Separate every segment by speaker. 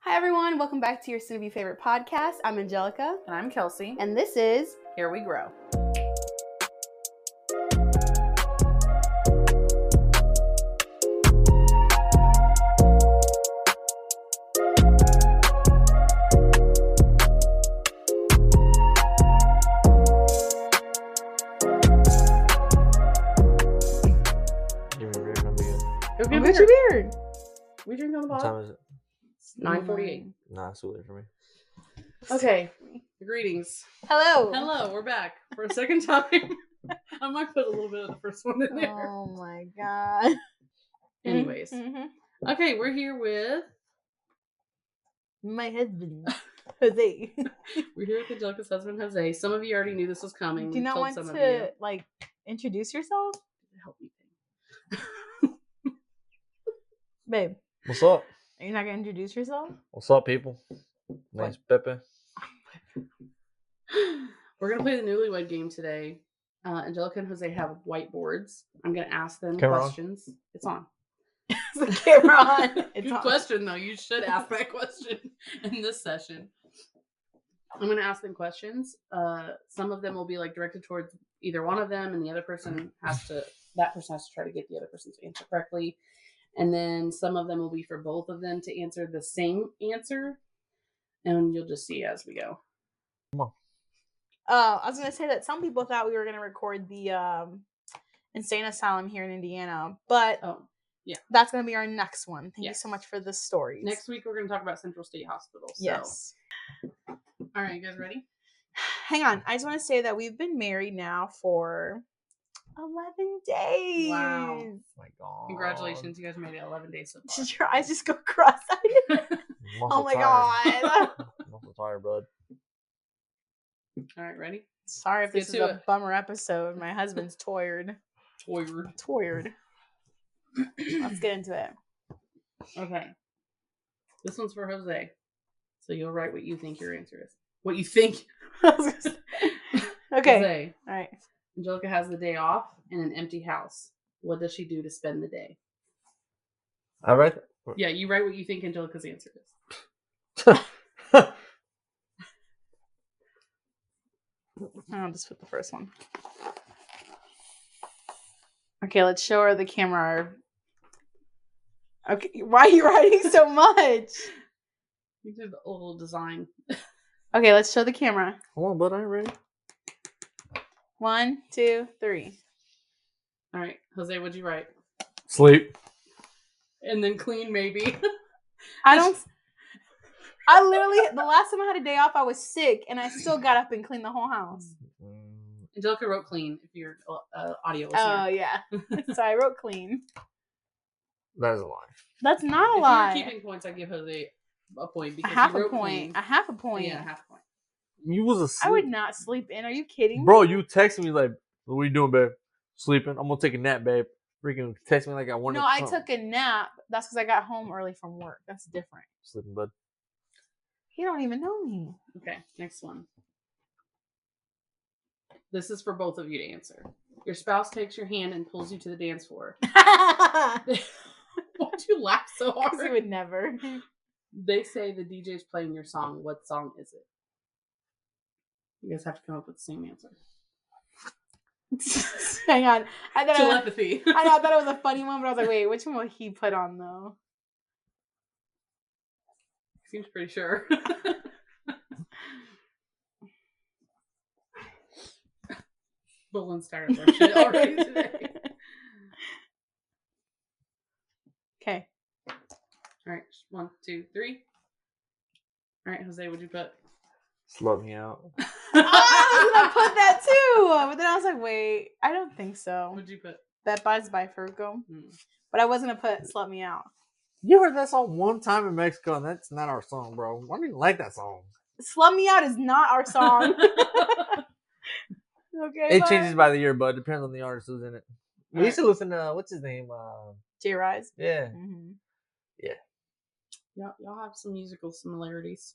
Speaker 1: Hi, everyone. Welcome back to your Soon to Be Favorite podcast. I'm Angelica,
Speaker 2: And I'm Kelsey.
Speaker 1: and this is
Speaker 2: Here we grow.
Speaker 3: You're gonna gonna be good.
Speaker 2: Go
Speaker 1: Look at your beard.
Speaker 2: We drink on the
Speaker 3: What time is it?
Speaker 2: It's 948.
Speaker 3: Nah, it's too late for me.
Speaker 2: Mm-hmm. Okay. Greetings.
Speaker 1: Hello.
Speaker 2: Hello, we're back for a second time. I might put a little bit of the first one in there.
Speaker 1: Oh my god.
Speaker 2: Anyways.
Speaker 1: Mhm.
Speaker 2: Okay, we're here with
Speaker 1: my husband Jose.
Speaker 2: we're here with Angelica's husband Jose. Some of you already knew this was coming.
Speaker 1: Do
Speaker 2: We
Speaker 1: you not
Speaker 2: told
Speaker 1: want
Speaker 2: some of you.
Speaker 1: to like introduce yourself,
Speaker 2: help me.
Speaker 1: babe?
Speaker 3: What's up?
Speaker 1: Are you not gonna introduce yourself?
Speaker 3: What's up, people? Nice Pepe.
Speaker 2: We're gonna play the newlywed game today. Uh, Angelica and Jose have whiteboards. I'm gonna ask them
Speaker 3: Camera on?
Speaker 2: questions. It's on.
Speaker 1: Is the camera on? It's
Speaker 2: Good
Speaker 1: on.
Speaker 2: question, though. You should ask that question in this session. I'm going to ask them questions. Uh, some of them will be like directed towards either one of them, and the other person has to that person has to try to get the other person's answer correctly. And then some of them will be for both of them to answer the same answer, and you'll just see as we go.
Speaker 1: Uh, I was gonna say that some people thought we were gonna record the um, insane asylum here in Indiana, but
Speaker 2: Oh,
Speaker 1: that's gonna be our next one. Thank you so
Speaker 2: Yes.
Speaker 1: much for the stories.
Speaker 2: next week we're going to talk about Central State Hospital. So.
Speaker 1: yes.
Speaker 2: All right, you guys ready?
Speaker 1: Hang on, I just want to say that we've been married now for eleven days.
Speaker 3: my god.
Speaker 2: Congratulations, you guys made it 11 days so far.
Speaker 1: Did your eyes just go cross-eyed?
Speaker 3: I'm
Speaker 1: oh
Speaker 3: also
Speaker 1: my
Speaker 3: tired.
Speaker 1: god.
Speaker 3: I'm also tired, bud.
Speaker 2: All right, ready?
Speaker 1: Sorry if
Speaker 2: Let's
Speaker 1: this
Speaker 2: get
Speaker 1: is
Speaker 2: to
Speaker 1: a
Speaker 2: it.
Speaker 1: bummer episode. My husband's tired.
Speaker 2: Toyed.
Speaker 1: Tired. Let's get into it.
Speaker 2: Okay. This one's for Jose. So you'll write what you think your answer is. What you think.
Speaker 1: I was gonna say- okay.
Speaker 2: Jose,
Speaker 1: All right.
Speaker 2: Angelica has the day off in an empty house. What does she do to spend the day?
Speaker 3: I read.
Speaker 2: Yeah, you write what you think Angelica's answer is.
Speaker 1: I'll just put the first one. Okay, let's show her the camera. our- Okay, why are you writing so much?
Speaker 2: You did the old design.
Speaker 1: Okay, let's show the camera.
Speaker 3: Hold on, bud. I ain't ready.
Speaker 1: One, two, three.
Speaker 2: All right, Jose, what'd you write?
Speaker 3: Sleep.
Speaker 2: And then clean, maybe.
Speaker 1: I don't. I literally, the last time I had a day off, I was sick, and I still got up and cleaned the whole house.
Speaker 3: Mm,
Speaker 2: Angelica wrote clean if you're uh, audio
Speaker 1: Oh
Speaker 2: listener.
Speaker 1: yeah. so I wrote clean.
Speaker 3: That is a lie.
Speaker 1: That's not a
Speaker 2: if you're
Speaker 1: lie.
Speaker 2: keeping points, I give Jose a point
Speaker 1: A
Speaker 2: because
Speaker 1: half
Speaker 2: he
Speaker 1: a
Speaker 2: wrote
Speaker 1: point.
Speaker 2: clean.
Speaker 1: A half a point.
Speaker 2: Yeah, half point.
Speaker 3: You was
Speaker 1: I
Speaker 3: asleep.
Speaker 1: would not sleep in. Are you kidding?
Speaker 3: Bro, you text me like, "What you doing, babe? Sleeping? I'm gonna take a nap, babe." Freaking text me like I
Speaker 1: me?
Speaker 3: wanted.
Speaker 1: No, I took a nap. That's because I got home early from work. That's different.
Speaker 3: sleeping, bud.
Speaker 1: You don't even know me.
Speaker 2: Okay, next one. This is for both of you to answer. Your spouse takes your hand and pulls you to the dance floor. Why'd you laugh so
Speaker 1: 'Cause you
Speaker 2: hard?
Speaker 1: would never.
Speaker 2: They say the DJ's playing your song. What song is it? You guys have to come up with the same answer.
Speaker 1: Hang on. I thought I, was-
Speaker 2: Telepathy.
Speaker 1: I, know, I thought it was a funny one, but I was like, wait, which one will he put on though?
Speaker 2: Seems pretty sure. Bolin started that shit already today.
Speaker 1: Okay.
Speaker 2: All right, one, two, three. All right, Jose, what'd you put?
Speaker 3: Slow me out.
Speaker 1: Oh, I was gonna put that too, but then I was like, wait, I don't think so.
Speaker 2: What'd you put?
Speaker 1: That buys by Fergo.
Speaker 2: Hmm.
Speaker 1: But I was gonna put Slut Me Out.
Speaker 3: You heard that song one time in Mexico, and that's not our song, bro. Why do you like that song?
Speaker 1: Slut Me Out is not our song. okay.
Speaker 3: It changes by the year, bud. Depends on the artist who's in it. We used to listen to what's his name. Uh,
Speaker 1: J Rise.
Speaker 3: yeah,
Speaker 1: Mm-hmm.
Speaker 2: y'all, y'all have some musical similarities.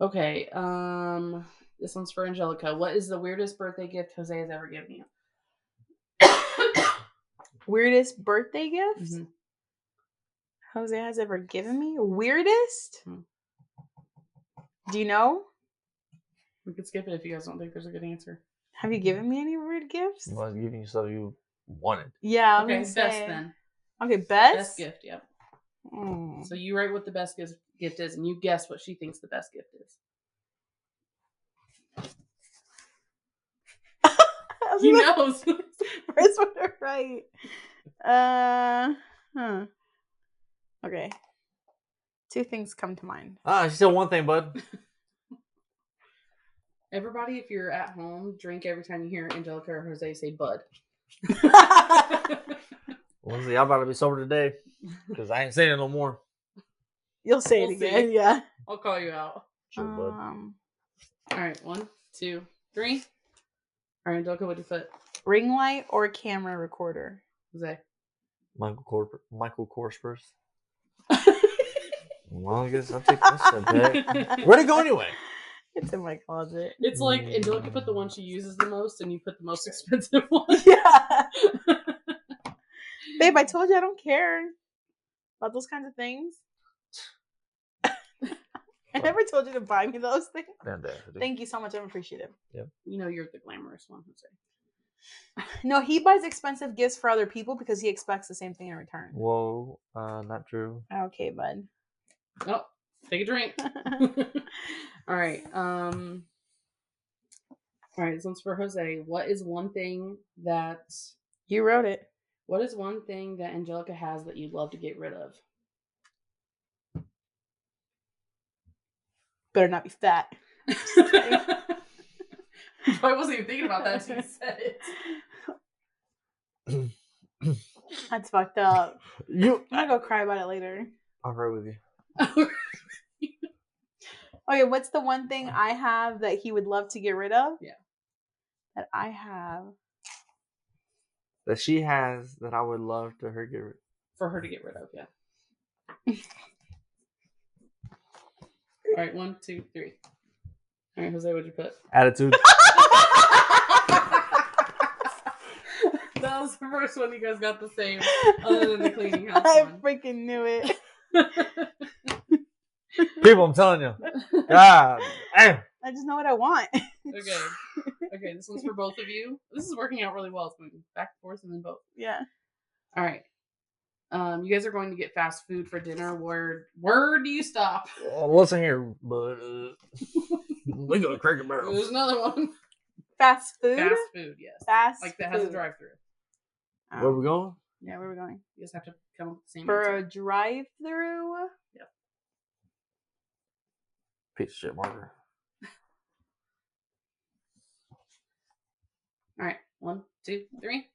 Speaker 2: Okay, um, this one's for Angelica. What is the weirdest birthday gift Jose has ever given you? Mm-hmm.
Speaker 1: Weirdest birthday gift?
Speaker 2: Mhm.
Speaker 1: Jose has ever given me? Weirdest?
Speaker 2: Hmm.
Speaker 1: Do you know?
Speaker 2: We could skip it if you guys don't think there's a good answer.
Speaker 1: Have you given me any weird gifts?
Speaker 4: I was giving you stuff you wanted.
Speaker 1: Yeah. I'm
Speaker 2: okay,
Speaker 1: gonna
Speaker 2: best
Speaker 1: say-
Speaker 2: then.
Speaker 1: Okay, best.
Speaker 2: Best gift, yep.
Speaker 1: Mm.
Speaker 2: So you write what the best gis- gift is, and you guess what she thinks the best gift is.
Speaker 1: I was
Speaker 2: He
Speaker 1: like,
Speaker 2: knows.
Speaker 1: first one to write. Uh, huh. Okay. Two things come to mind.
Speaker 4: Ah, she said one thing, bud.
Speaker 2: Everybody, if you're at home, drink every time you hear Angelica or Jose say "bud."
Speaker 4: Lindsay, I'm about to be sober today because I ain't saying it no more.
Speaker 1: You'll say
Speaker 2: We'll
Speaker 1: it again.
Speaker 2: see.
Speaker 1: Yeah.
Speaker 2: I'll call you out.
Speaker 4: Chill, bud.
Speaker 1: Um,
Speaker 2: All right, one, two, three. All right, Angelica, what'd you put?
Speaker 1: ring light or camera recorder.
Speaker 2: Jose.
Speaker 4: Michael Corp- Michael Corspers. Well, I guess I'll take this shit back. Where'd it go anyway?
Speaker 1: It's in my closet.
Speaker 2: It's like Angelica put the one she uses the most, and you put the most expensive one.
Speaker 1: yeah. Babe, I told you I don't care about those kinds of things. I never told you to buy me those things.
Speaker 4: Damn that.
Speaker 1: Thank you so much. I'm appreciative.
Speaker 2: you know you're the glamorous one, Jose.
Speaker 1: No, he buys expensive gifts for other people because he expects the same thing in return.
Speaker 4: Whoa, uh, not true.
Speaker 1: Okay, bud.
Speaker 2: Oh, take a drink. all right. Um. All right. This one's for Jose. What is one thing that?
Speaker 1: you wrote it.
Speaker 2: What is one thing that Angelica has that you'd love to get rid of?
Speaker 1: Better not be fat.
Speaker 2: I wasn't even thinking about that. till you said it.
Speaker 1: That's fucked up.
Speaker 4: You.
Speaker 1: I'm gonna go cry about it later.
Speaker 4: I'm right with you.
Speaker 1: Okay, what's the one thing I have that he would love to get rid of?
Speaker 2: Uh-huh. Yeah.
Speaker 1: That I have.
Speaker 4: That she has that I would love to her get rid.
Speaker 2: for her to get rid of. Yeah. All right, one, two, three. All right, Jose, what'd you put?
Speaker 4: Attitude.
Speaker 2: that was the first one you guys got the same, other than the cleaning house
Speaker 1: I
Speaker 2: one.
Speaker 1: freaking knew it.
Speaker 4: People, I'm telling you. God. damn.
Speaker 1: I just know what I want.
Speaker 2: okay, okay, this one's for both of you. This is working out really well. It's going back and forth and then both.
Speaker 1: Yeah.
Speaker 2: All right. Um, you guys are going to get fast food for dinner. Where where do you stop?
Speaker 4: Uh, listen here, but uh, we go to Cracker Barrel.
Speaker 2: There's another one.
Speaker 1: Fast food.
Speaker 2: Fast food, yes.
Speaker 1: Fast
Speaker 2: Like that has a
Speaker 1: food.
Speaker 2: drive through.
Speaker 1: Oh.
Speaker 4: Where we going?
Speaker 1: Yeah, where we going?
Speaker 2: You just have to come up with the same
Speaker 1: For a
Speaker 2: answer.
Speaker 1: drive through.
Speaker 4: Piece of shit, Marker.
Speaker 2: All right, one, two, three.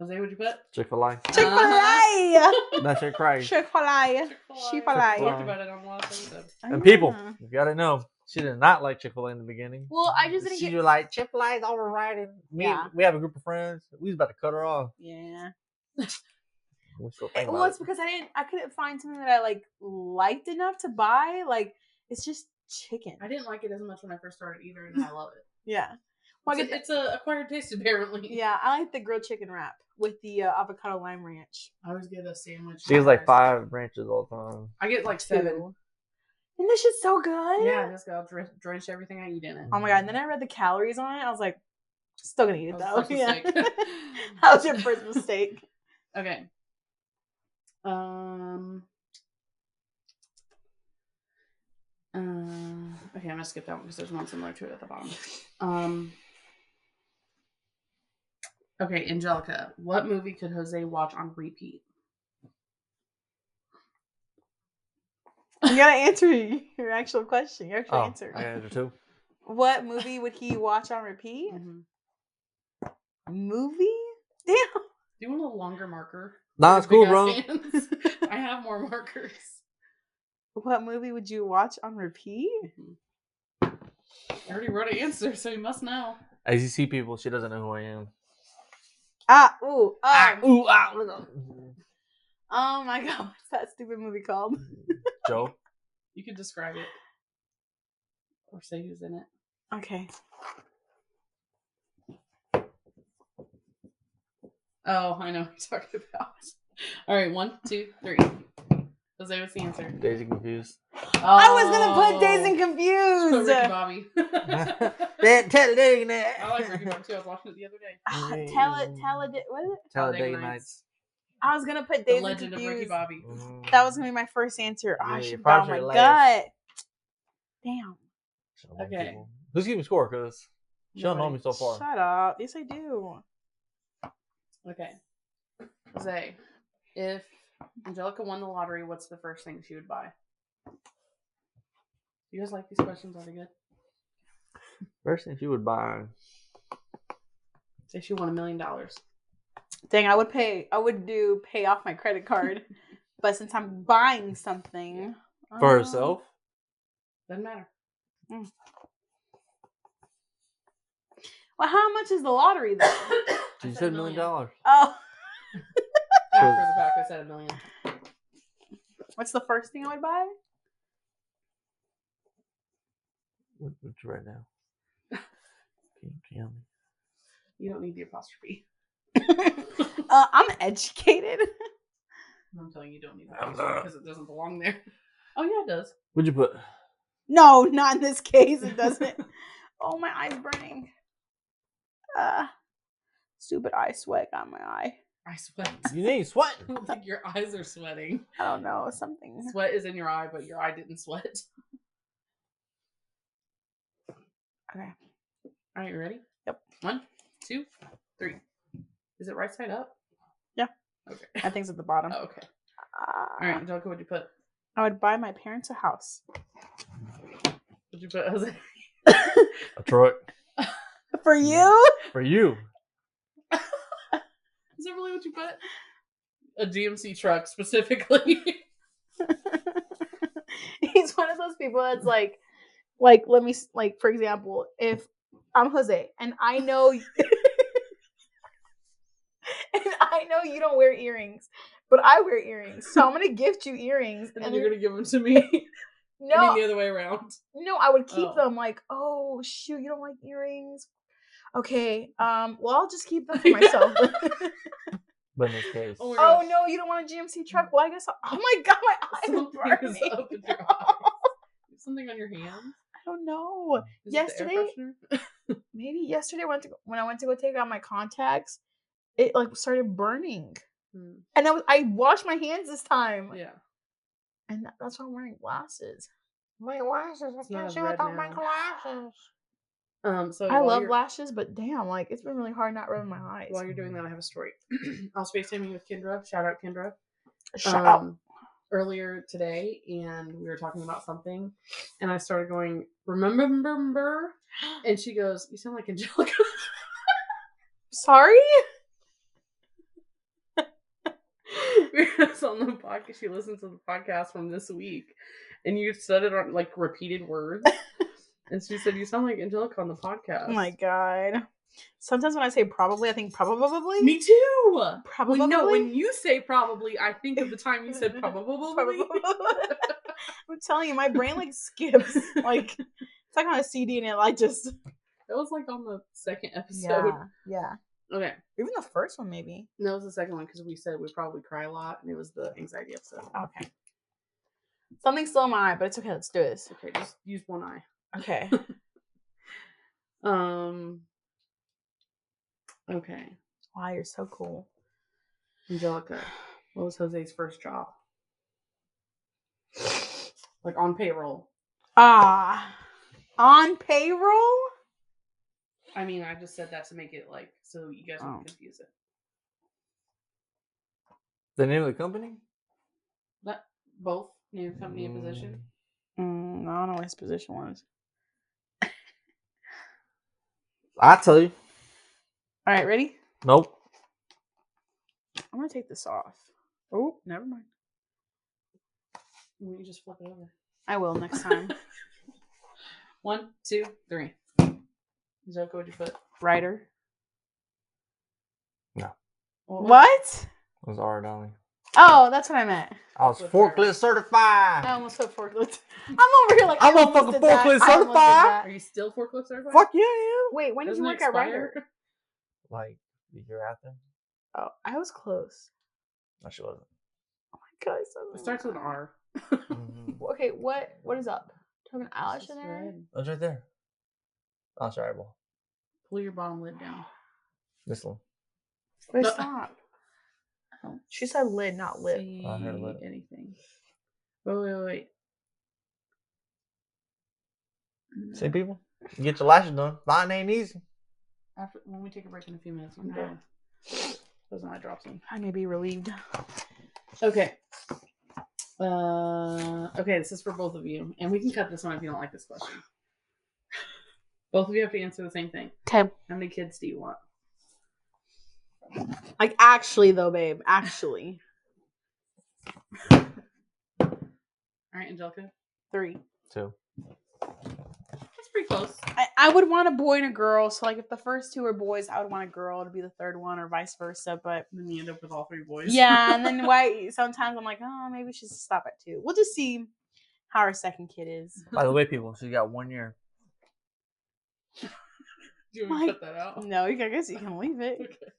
Speaker 2: Jose, what'd you put?
Speaker 4: Chick Fil A.
Speaker 1: Chick fil A!
Speaker 4: That shit, Christ.
Speaker 1: Chick fil A.
Speaker 2: Chick-fil-A.
Speaker 1: Chick-fil-A.
Speaker 2: We talked about it on the last episode.
Speaker 4: And people,
Speaker 1: Mm.
Speaker 4: you gotta know, she did not like Chick Fil A in the beginning.
Speaker 1: Mm-hmm. Well, I just didn't
Speaker 4: she
Speaker 1: get.
Speaker 4: was like Chick Fil A is overriding. Me,
Speaker 1: Yeah.
Speaker 4: we have a group of friends. We was about to cut her off.
Speaker 1: Yeah.
Speaker 4: We still
Speaker 1: It,
Speaker 4: think
Speaker 1: well,
Speaker 4: about
Speaker 1: it's
Speaker 4: it.
Speaker 1: because I didn't. I couldn't find something that I like liked enough to buy. Like it's just chicken.
Speaker 2: I didn't like it as much when I first started either, and I love it.
Speaker 1: Yeah. Well, I
Speaker 2: it's,
Speaker 1: get
Speaker 2: a, it's a acquired taste, apparently.
Speaker 1: yeah, I like the grilled chicken wrap with the uh, avocado lime ranch.
Speaker 2: I always get a sandwich.
Speaker 4: she was like
Speaker 2: fries.
Speaker 4: five branches all the time.
Speaker 2: I get like seven.
Speaker 1: Two. And this shit's so good.
Speaker 2: Yeah, I just got dr- drench everything I eat in it.
Speaker 1: Oh my god! And then I read the calories on it. I was like, still gonna eat it
Speaker 2: That was
Speaker 1: though.
Speaker 2: the
Speaker 1: Yeah.
Speaker 2: first mistake.
Speaker 1: that was your first mistake.
Speaker 2: Okay. Um. Um. okay, I'm gonna skip that one because there's one similar to it at the bottom. Um. Okay, Angelica, what movie could Jose watch on repeat?
Speaker 1: You gotta answer your actual question. Your actual
Speaker 4: Oh,
Speaker 1: answer.
Speaker 4: I got it too.
Speaker 1: What movie would he watch on repeat? Movie? Damn.
Speaker 2: Do you want a longer marker?
Speaker 4: Nah, it's
Speaker 2: Big
Speaker 4: cool,
Speaker 2: ass
Speaker 4: bro.
Speaker 2: hands. I have more markers.
Speaker 1: What movie would you watch on repeat?
Speaker 2: I already wrote an answer, so you must know.
Speaker 4: As you see, people, she doesn't know who I am.
Speaker 1: Ah, ooh, ah,
Speaker 4: Ah, ooh, ah, look at-
Speaker 1: Mm-hmm. oh my god, what's that stupid movie called?
Speaker 4: Joe,
Speaker 2: You could describe it or say who's in it.
Speaker 1: Okay,
Speaker 2: Oh, I know what you're talking about. All right, one, two, three. Because they was the answer.
Speaker 3: Daisy confused.
Speaker 1: I was gonna put Days and
Speaker 2: Rick
Speaker 1: Confused.
Speaker 2: and Bobby.
Speaker 3: That Talladega
Speaker 2: I like Rick and
Speaker 3: Nights.
Speaker 2: Bobby too. I was watching it the other day.
Speaker 1: Ah,
Speaker 3: Bobby.
Speaker 1: Tell it, tell it. What is it?
Speaker 3: Talladega
Speaker 2: Talladega
Speaker 3: Nights.
Speaker 2: Nights.
Speaker 1: I was gonna put
Speaker 2: The
Speaker 1: Days and
Speaker 2: Legend of Ricky
Speaker 1: Confused.
Speaker 2: Bobby.
Speaker 3: Mhm.
Speaker 1: That was gonna be my first answer. Oh,
Speaker 3: Yeah,
Speaker 1: I
Speaker 3: you
Speaker 1: should have
Speaker 3: found
Speaker 1: my
Speaker 3: your last.
Speaker 1: gut. Damn.
Speaker 3: Should've won
Speaker 2: Okay.
Speaker 3: people. Who's keeping score? Cause she don't know me
Speaker 2: Nobody.
Speaker 3: so far.
Speaker 1: Shut up. Yes, I do.
Speaker 2: Okay. Zay, if Angelica won the lottery, what's the first thing she would buy? You guys like these questions? Are they good?
Speaker 3: First thing she would buy.
Speaker 2: Say she won a million dollars.
Speaker 1: Dang, I would pay. I would do pay off my credit card, but since I'm buying something
Speaker 3: For
Speaker 1: um,
Speaker 3: herself?
Speaker 2: Doesn't matter.
Speaker 1: Well, how much is the lottery though?
Speaker 3: She
Speaker 2: I
Speaker 3: said a million dollars.
Speaker 1: oh,
Speaker 2: After the fact, I said a million.
Speaker 1: what's the first thing I would buy?
Speaker 3: What, what's right now? Can you tell me?
Speaker 2: You don't need the apostrophe.
Speaker 1: Uh, I'm educated.
Speaker 2: I'm telling you, you don't need the
Speaker 3: I'm
Speaker 2: apostrophe
Speaker 3: not.
Speaker 2: because it doesn't belong there. Oh yeah, it does.
Speaker 3: What'd you put?
Speaker 1: No, not in this case. It doesn't. oh, my eye's burning. Uh, stupid eye sweat got my eye.
Speaker 2: I sweat.
Speaker 3: You need sweat.
Speaker 2: I don't think your eyes are sweating.
Speaker 1: I don't know something.
Speaker 2: Sweat is in your eye, but your eye didn't sweat.
Speaker 1: Okay.
Speaker 2: All right, you ready?
Speaker 1: Yep.
Speaker 2: One, two, three. Is it right side up?
Speaker 1: Yeah.
Speaker 2: Okay.
Speaker 1: That thing's at the bottom.
Speaker 2: Oh, okay. All
Speaker 1: Uh,
Speaker 2: right, Angelica, what'd you put?
Speaker 1: I would buy my parents a house.
Speaker 2: What'd you put? Jose?
Speaker 3: A truck.
Speaker 1: For
Speaker 3: Yeah.
Speaker 1: you?
Speaker 3: For you.
Speaker 2: Is that really what you put? A GMC truck specifically.
Speaker 1: He's one of those people that's like, like, let me, s- like, for example, if I'm Jose and I know, and I know you don't wear earrings, but I wear earrings. So I'm going to gift you earrings.
Speaker 2: and then you're gonna give them to me. I mean
Speaker 1: no,
Speaker 2: the other way around.
Speaker 1: no, I would keep
Speaker 2: Oh.
Speaker 1: them like, oh, shoot, you don't like earrings. Okay. Um, well, I'll just keep them for myself.
Speaker 3: But in this case.
Speaker 2: Oh my
Speaker 1: Oh
Speaker 2: gosh.
Speaker 1: no, you don't want a GMC truck. Well, I guess. I'll, oh my god, my eyes are
Speaker 2: Mm. Something
Speaker 1: burning.
Speaker 2: is up in your eyes. You have Something on your hand?
Speaker 1: I don't know.
Speaker 2: Is it the air
Speaker 1: Yesterday-
Speaker 2: freshener?
Speaker 1: Maybe yesterday when I, went to, go- when I went to go take out my contacts, it like started burning,
Speaker 2: Hmm,
Speaker 1: and I was I washed my hands this time,
Speaker 2: Yeah.
Speaker 1: and that- that's why I'm wearing glasses.
Speaker 5: My glasses. I
Speaker 2: not
Speaker 5: can't
Speaker 2: as
Speaker 5: see
Speaker 2: red
Speaker 5: without my
Speaker 2: now.
Speaker 5: glasses.
Speaker 2: Um. So
Speaker 1: I
Speaker 2: while
Speaker 1: love
Speaker 2: you're-
Speaker 1: lashes, but damn, like it's been really hard not rubbing my eyes.
Speaker 2: While you're doing that, I have a story. I was FaceTiming with Kendra. Shout out Kendra.
Speaker 1: Shut up.
Speaker 2: um, earlier today and we were talking about something and I started going, remember, remember? And she goes, you sound like Angelica.
Speaker 1: Sorry.
Speaker 2: we was on the podcast. She listens to the podcast from this week and you said it on like repeated words. and she said, you sound like Angelica on the podcast.
Speaker 1: Oh my god. Sometimes when I say probably, I think probably.
Speaker 2: Me too.
Speaker 1: Probably.
Speaker 2: When, no, when you say probably, I think of the time you said probably.
Speaker 1: Probably. I'm telling you, my brain like skips. Like it's like on a CD and it like just
Speaker 2: That was like on the second episode.
Speaker 1: yeah.
Speaker 2: Okay.
Speaker 1: Even the first one maybe.
Speaker 2: And that was the second one because we said we probably cry a lot, and it was the anxiety episode.
Speaker 1: Okay. Something's still in my eye, but it's okay. Let's do this.
Speaker 2: Okay, just use one eye.
Speaker 1: Okay.
Speaker 2: Um. Okay,
Speaker 1: Wow, you're so cool.
Speaker 2: Angelica, what was Jose's first job? Like on payroll.
Speaker 1: Ah, on payroll.
Speaker 2: I mean, I just said that to make it like so you guys
Speaker 1: Oh.
Speaker 2: don't confuse it.
Speaker 3: The name of the company?
Speaker 2: But both new company and position.
Speaker 3: Mm.
Speaker 1: Mm, I don't know what his position was.
Speaker 3: I'll tell you.
Speaker 1: All right, ready?
Speaker 3: Nope.
Speaker 1: I'm gonna take this off. Oh, never mind. Mm.
Speaker 2: Why don't You just flip it over.
Speaker 1: I will next time.
Speaker 2: One, two, three. Angelica, what'd you put?
Speaker 1: Writer.
Speaker 2: What? was it?
Speaker 1: What?
Speaker 3: It was R. Darling.
Speaker 1: Oh, that's what I meant.
Speaker 3: I was
Speaker 2: Forklift driver.
Speaker 3: forklift certified.
Speaker 1: I almost said forklift. I'm over here like I
Speaker 3: I'm a
Speaker 1: almost
Speaker 3: fucking
Speaker 1: did that.
Speaker 3: forklift
Speaker 1: I almost did
Speaker 3: certified.
Speaker 1: that.
Speaker 2: Are you still forklift certified?
Speaker 3: Fuck yeah, yeah.
Speaker 1: Wait, when did
Speaker 2: Doesn't
Speaker 1: you
Speaker 2: it
Speaker 1: work at
Speaker 2: expire?
Speaker 1: Ryder?
Speaker 3: Like the year after?
Speaker 1: Oh, I was close.
Speaker 3: No, she wasn't.
Speaker 5: Can I say
Speaker 2: It starts with an R.
Speaker 3: Mm-hmm.
Speaker 5: something? Okay, what what is up? Do I have an eyelash in
Speaker 2: Just
Speaker 5: there?
Speaker 2: red.
Speaker 4: That's right there. Oh, sorry, well,
Speaker 2: Pull your bottom lid down.
Speaker 4: this one.
Speaker 1: But
Speaker 2: No.
Speaker 1: stop. Oh.
Speaker 5: She said lid, not lip.
Speaker 2: See
Speaker 4: I heard lip.
Speaker 2: anything? Wait, wait, wait, wait. Mm,
Speaker 4: See, people, you get your lashes done. Mine ain't easy.
Speaker 2: After when we take a break in a few minutes, I'm
Speaker 1: Okay.
Speaker 2: done. Those eye drops in.
Speaker 1: I may be relieved.
Speaker 2: Okay. Uh, okay, this is for both of you, and we can cut this one if you don't like this question. Both of you have to answer the same thing.
Speaker 1: Okay.
Speaker 2: How many kids do you want?
Speaker 1: Like actually though, babe. Actually.
Speaker 2: All right, Angelica.
Speaker 1: Three.
Speaker 3: Two.
Speaker 2: That's pretty close.
Speaker 1: I, I would want a boy and a girl. So like if the first two are boys, I would want a girl to be the third one or vice versa. But
Speaker 2: And then you end up with all three boys.
Speaker 1: yeah, and then why sometimes I'm like, oh maybe we should stop at two. We'll just see how our second kid is.
Speaker 4: By the way, people, she got one year.
Speaker 2: do you want me
Speaker 1: My-
Speaker 2: to cut that out?
Speaker 1: No, you- I guess you can leave it.
Speaker 2: Okay.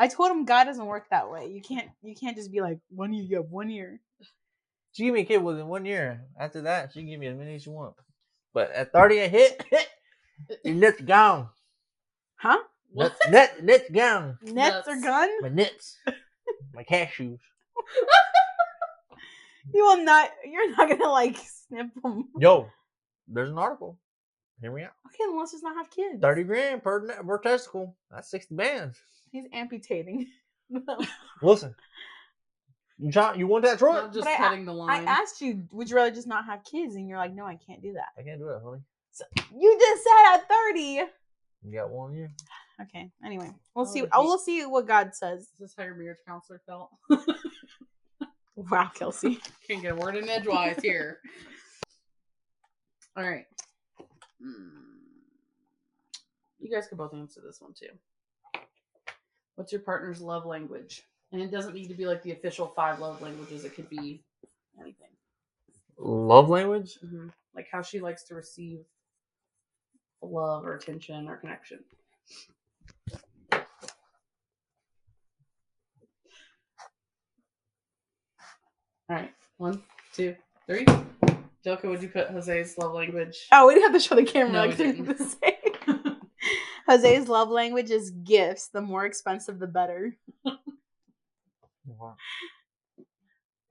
Speaker 1: I told him God doesn't work that way. You can't you can't just be like one year you have one year.
Speaker 4: She gave me a kid within one year. After that, she can give me as many as she want. But at 30, I hit, hit, and nuts gone.
Speaker 1: Huh?
Speaker 4: Nuts, nuts, nuts gone.
Speaker 1: Nets or
Speaker 2: Nuts.
Speaker 1: gun?
Speaker 4: My nuts, my cashews.
Speaker 1: You will not you're not gonna like snip them.
Speaker 4: Yo, there's an article. Hear me out.
Speaker 1: Okay, then let's just not have kids.
Speaker 4: 30 grand per, ne- per testicle. That's 60 bands.
Speaker 1: He's amputating.
Speaker 4: Listen, you, try, you want that, Troy?
Speaker 2: Not just
Speaker 1: I-
Speaker 2: cutting the
Speaker 1: I
Speaker 2: line.
Speaker 1: asked you, would you rather just not have kids? And you're like, no, I can't do that.
Speaker 4: I can't do that, honey.
Speaker 1: You just said at 30.
Speaker 4: You got one year.
Speaker 1: Okay. Anyway, we'll
Speaker 2: Oh,
Speaker 1: see.
Speaker 2: he-
Speaker 1: Oh, we'll see what God says.
Speaker 2: Is this how your marriage counselor felt?
Speaker 1: Wow, Kelsey.
Speaker 2: Can't get a word in edgewise here. All right. Hmm. You guys can both answer this one too. What's your partner's love language? And it doesn't need to be like the official five love languages. It could be anything.
Speaker 4: Love language?
Speaker 2: Mm-hmm. Like how she likes to receive love or attention or connection. All right. One, two, three. Jelka, would you put Jose's love language?
Speaker 1: Oh, we didn't have to show the camera.
Speaker 2: No,
Speaker 1: like,
Speaker 2: we
Speaker 1: during the same. Jose's love language is gifts. The more expensive, the better.
Speaker 4: Wow.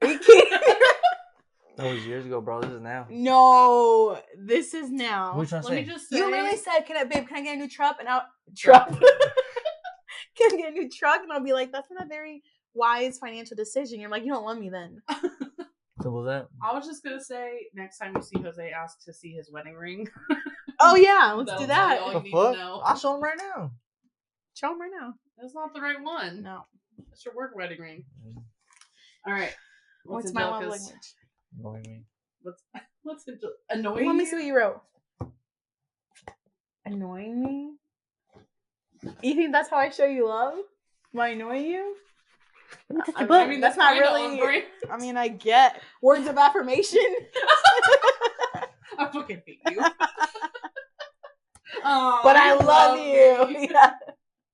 Speaker 1: We can't-
Speaker 4: That was years ago, bro. This is now.
Speaker 1: no, this is now.
Speaker 4: What you trying to
Speaker 2: Let me
Speaker 4: say?
Speaker 2: just say,
Speaker 1: You literally said, "Can I, babe? Can I get a new truck?" And I truck. can I get a new truck? And I'll be like, "That's not a very wise financial decision." You're like, "You don't love me then."
Speaker 4: Simple as that.
Speaker 2: I was just gonna say next time you see Jose, ask to see his wedding ring.
Speaker 1: oh yeah, let's
Speaker 2: That'll
Speaker 1: do
Speaker 2: be
Speaker 1: that.
Speaker 2: all
Speaker 4: The
Speaker 2: you need to
Speaker 4: fuck?
Speaker 2: know.
Speaker 4: I'll show him right now.
Speaker 1: Show him right now.
Speaker 2: That's not the right one.
Speaker 1: No,
Speaker 2: That's your work wedding ring. All right.
Speaker 1: what's,
Speaker 2: What's
Speaker 1: my love
Speaker 2: Angelica's-
Speaker 1: language?
Speaker 4: Annoy me.
Speaker 2: What's what's Angel- annoying?
Speaker 1: Let me
Speaker 2: you?
Speaker 1: see what you wrote. Annoying me. You think that's how I show you love? Am I annoying you? I, I mean, that's, not
Speaker 2: kinda on
Speaker 1: really.
Speaker 2: brand.
Speaker 1: I mean, I get words of affirmation.
Speaker 2: I fucking hate you. Aw,
Speaker 1: but I
Speaker 2: you
Speaker 1: love you.
Speaker 2: me.
Speaker 1: Yeah.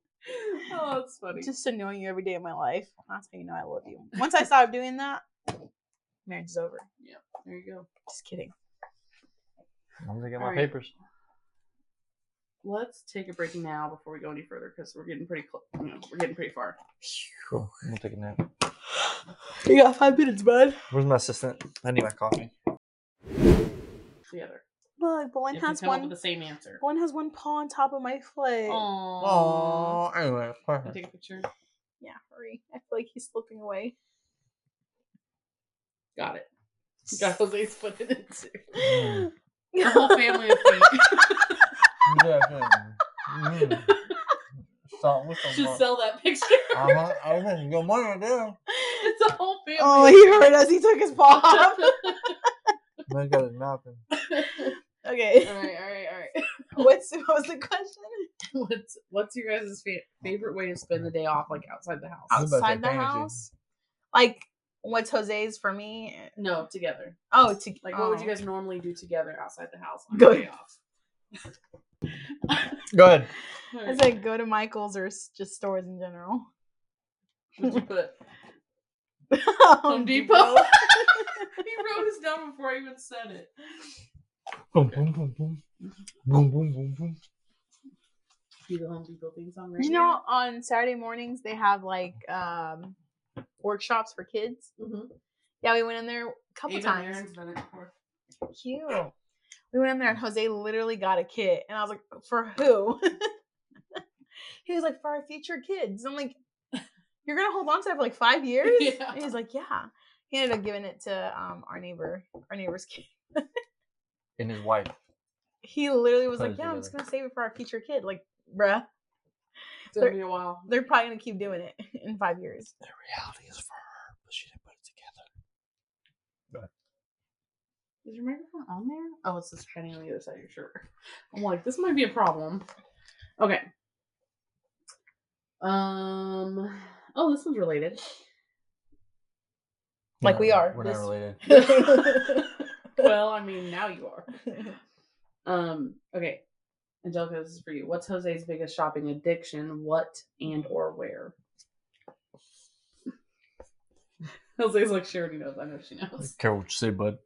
Speaker 2: oh, that's funny.
Speaker 1: Just annoying you every day of my life. That's how you know I love you. Once I stop doing that, marriage is over.
Speaker 2: there you go.
Speaker 1: Just kidding.
Speaker 4: I'm gonna get my
Speaker 2: Alright.
Speaker 4: papers.
Speaker 2: Let's take a break now before we go any further because we're getting pretty close. You know, we're getting pretty far.
Speaker 4: Cool. I'm gonna take a nap.
Speaker 1: You got five minutes, bud.
Speaker 4: Where's my assistant? I need my coffee.
Speaker 2: The other.
Speaker 1: Look, but one
Speaker 2: If you
Speaker 1: has
Speaker 2: come up
Speaker 1: one.
Speaker 2: with the same answer.
Speaker 1: One has one paw on top of my foot.
Speaker 2: Aww.
Speaker 4: Oh, anyway,
Speaker 2: Can I
Speaker 4: perfect.
Speaker 2: take a picture?
Speaker 1: Yeah, hurry. I feel like he's slipping away.
Speaker 2: Got it. Got Jose's foot in it too.
Speaker 4: Mm.
Speaker 2: The whole family of feet.
Speaker 4: Yeah, good. Mm. Stop with the
Speaker 2: Should
Speaker 4: mark.
Speaker 2: sell that picture.
Speaker 4: Uh-huh. I was gonna go money right there.
Speaker 2: It's a whole family.
Speaker 1: Oh, he heard us. He took his paw off.
Speaker 4: Look got his mouth in.
Speaker 1: okay.
Speaker 2: all right, all right, all right.
Speaker 1: What's what was the question?
Speaker 2: what's what's your guys' fa- favorite way to spend the day off like outside the house
Speaker 4: was about to say
Speaker 1: Outside the
Speaker 4: fantasy.
Speaker 1: house? Like what's Jose's for me?
Speaker 2: no together
Speaker 1: Oh, to
Speaker 2: like what would you
Speaker 1: oh.
Speaker 2: guys normally do together outside the house on
Speaker 1: Go
Speaker 2: your day off
Speaker 4: Go ahead.
Speaker 1: I said go to Michael's or s- just stores in general.
Speaker 2: What'd you put Home Depot. he wrote this down before he even said it.
Speaker 3: Boom, boom, boom, boom. Boom, boom, boom, boom.
Speaker 2: Do the Home Depot theme song right
Speaker 1: You know, on Saturday mornings they have like um workshops for kids.
Speaker 2: mm
Speaker 1: Yeah, we went in there a couple times.
Speaker 2: done it before.
Speaker 1: Cute. We went in there and Jose literally got a kit, and I was like, "For who?" he was like, "For our future kids." I'm like, "You're gonna hold on to that for like five years?"
Speaker 2: Yeah.
Speaker 1: And he's like, "Yeah." He ended up giving it to um, our neighbor, our neighbor's kid.
Speaker 4: And his wife.
Speaker 1: He literally was
Speaker 4: How
Speaker 1: like,
Speaker 4: did you
Speaker 1: "Yeah, I'm
Speaker 4: know
Speaker 1: just
Speaker 4: that?
Speaker 1: gonna save it for our future kid." Like, bruh,
Speaker 2: It's gonna be a while.
Speaker 1: they're probably gonna keep doing it in five years.
Speaker 3: The reality is for her, but she didn't put it together.
Speaker 2: Is your microphone on there? Oh, it's just kind of on the other side of your shirt. I'm like, this might be a problem. Okay. Um. Oh, this one's related.
Speaker 1: Like
Speaker 4: No,
Speaker 1: we are,
Speaker 4: We're
Speaker 1: this-
Speaker 4: not related.
Speaker 2: well, I mean, now you are. Um. Okay. Angelica, this is for you. What's Jose's biggest shopping addiction? What and or where? Jose's like, she already knows. I know she
Speaker 3: I
Speaker 2: knows.
Speaker 3: don't care what you say, bud.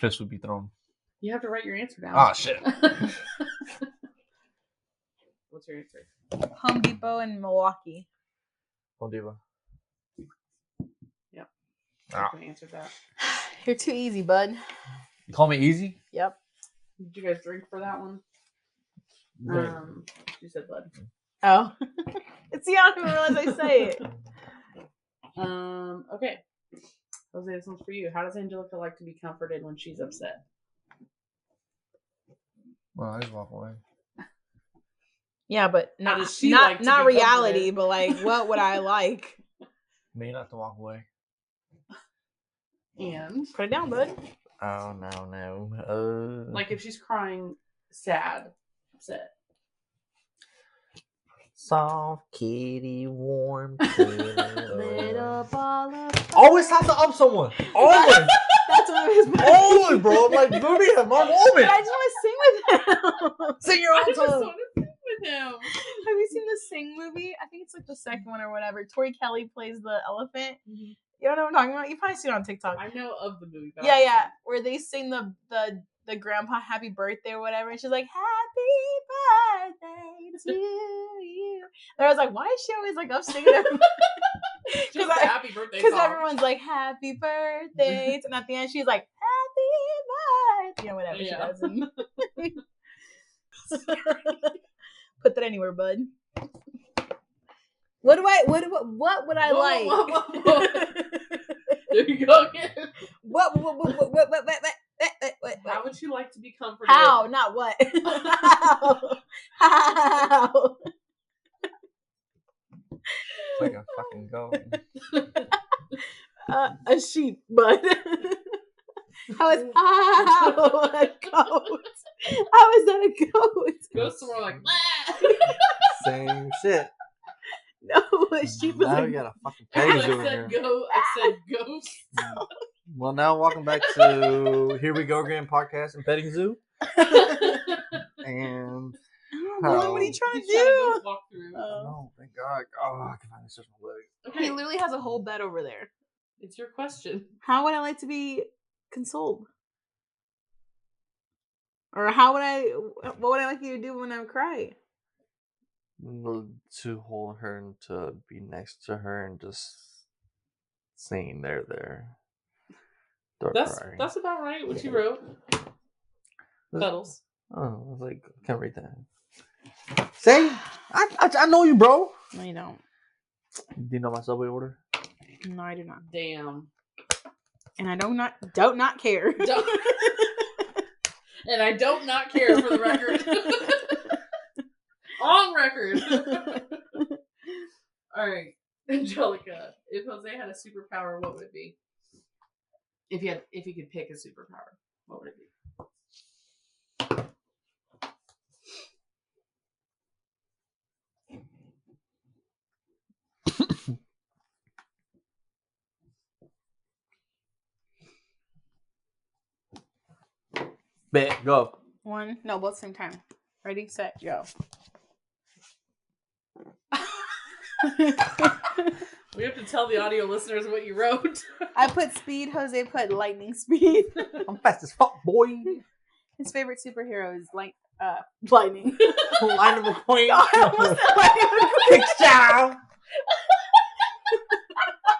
Speaker 3: Fist would be thrown.
Speaker 2: You have to write your answer down.
Speaker 3: Ah, shit.
Speaker 2: What's your answer?
Speaker 1: Home Depot in Milwaukee.
Speaker 4: Home Depot.
Speaker 3: Ah.
Speaker 2: I answered that.
Speaker 1: You're too easy, bud.
Speaker 4: You call me easy?
Speaker 1: Yep.
Speaker 2: Did you guys drink for that one? Um, you said blood.
Speaker 1: Oh, see, I don't even realize I say it.
Speaker 2: Um, okay. Jose, this one's for you. How does Angelica like to be comforted when she's upset?
Speaker 4: well, I just walk away.
Speaker 1: Yeah, but not
Speaker 2: does she
Speaker 1: not
Speaker 2: like to
Speaker 1: not
Speaker 2: be
Speaker 1: reality,
Speaker 2: comforted?
Speaker 1: but like what would I like?
Speaker 4: Me not to walk away.
Speaker 2: And
Speaker 1: Put it down, bud.
Speaker 4: Oh no no. Uh,
Speaker 2: like if she's crying, sad, upset.
Speaker 4: soft kitty, warm kitty.
Speaker 1: ball of
Speaker 4: Always have to up someone. Always,
Speaker 1: That's what it is.
Speaker 4: always, bro. I'm like, Booty, I'm my
Speaker 1: But
Speaker 4: woman.
Speaker 1: I just want to sing with him.
Speaker 4: Sing your
Speaker 2: I
Speaker 4: own
Speaker 2: just
Speaker 4: song.
Speaker 2: want to sit with him.
Speaker 1: Have you seen the Sing movie? I think it's like the second one or whatever. Tori Kelly plays the elephant.
Speaker 2: Mhm.
Speaker 1: You don't know what I'm talking about? You probably see it on TikTok.
Speaker 2: I know of the movie. but I
Speaker 1: Mm-hmm. yeah,
Speaker 2: haven't
Speaker 1: yeah. Where they sing the the the grandpa happy birthday or whatever, and she's like, Happy birthday to you. And I was like, why is she always like up singing every
Speaker 2: seen it.
Speaker 1: 'Cause
Speaker 2: Just a
Speaker 1: I-
Speaker 2: happy birthday
Speaker 1: Because
Speaker 2: song.
Speaker 1: everyone's like, happy birthday. and at the end, she's like, happy birthday. You know, whatever she
Speaker 2: Yeah.
Speaker 1: does. and- Put that anywhere, bud. What do I, what, do I- what would I
Speaker 2: Whoa,
Speaker 1: like?
Speaker 2: whoa, whoa, whoa. there you go again.
Speaker 1: What, what, what, what, what, what, what, what, what, what, what?
Speaker 2: How would you like to be comforted?
Speaker 1: How, not what. How? How?
Speaker 4: Like a fucking goat.
Speaker 1: Uh, a sheep, bud. How is how a goat? How is that a goat?
Speaker 2: Goes somewhere like.
Speaker 4: Same shit.
Speaker 1: No, a sheep is
Speaker 4: now
Speaker 1: a
Speaker 4: you got a fucking
Speaker 2: I
Speaker 4: pig over here.
Speaker 2: said go. I
Speaker 1: Ah.
Speaker 2: said go.
Speaker 4: Well, now welcome back to Here We Go Again podcast and Petting Zoo. And
Speaker 1: Lauren, Oh, what are you trying to
Speaker 4: How?
Speaker 2: He's trying to
Speaker 1: do?
Speaker 2: go walk through.
Speaker 1: Oh.
Speaker 4: oh, thank God, oh, I can finally stretch my leg.
Speaker 1: He
Speaker 2: Okay,
Speaker 1: literally has a whole bed over there.
Speaker 2: it's your question.
Speaker 1: How would I like to be consoled? Or how would I? What would I like you to do when I cry?
Speaker 4: Mm, To hold her and to be next to her and just singing there, there. Don't
Speaker 2: That's
Speaker 4: cry.
Speaker 2: that's about right. What you wrote, Cuddles.
Speaker 4: Oh, I was like, I can't read that. Say, I, I I know you, bro.
Speaker 1: No, you don't.
Speaker 4: Do you know my subway order?
Speaker 1: No, I do not.
Speaker 2: Damn.
Speaker 1: And I don't not don't not care.
Speaker 2: Don't- and I don't not care for the record. On record. All right, Angelica. If Jose had a superpower, what would it be? If he had, if he could pick a superpower, what would it be?
Speaker 4: Bet, go.
Speaker 1: One, no, both same time. Ready, set, go.
Speaker 2: We have to tell the audio listeners what you wrote.
Speaker 1: I put speed. Jose put lightning speed.
Speaker 3: I'm fast as fuck, boy.
Speaker 1: His favorite superhero is light. Uh, lightning.
Speaker 3: Line of queen.
Speaker 1: I almost said lightning.
Speaker 3: Picture.
Speaker 1: I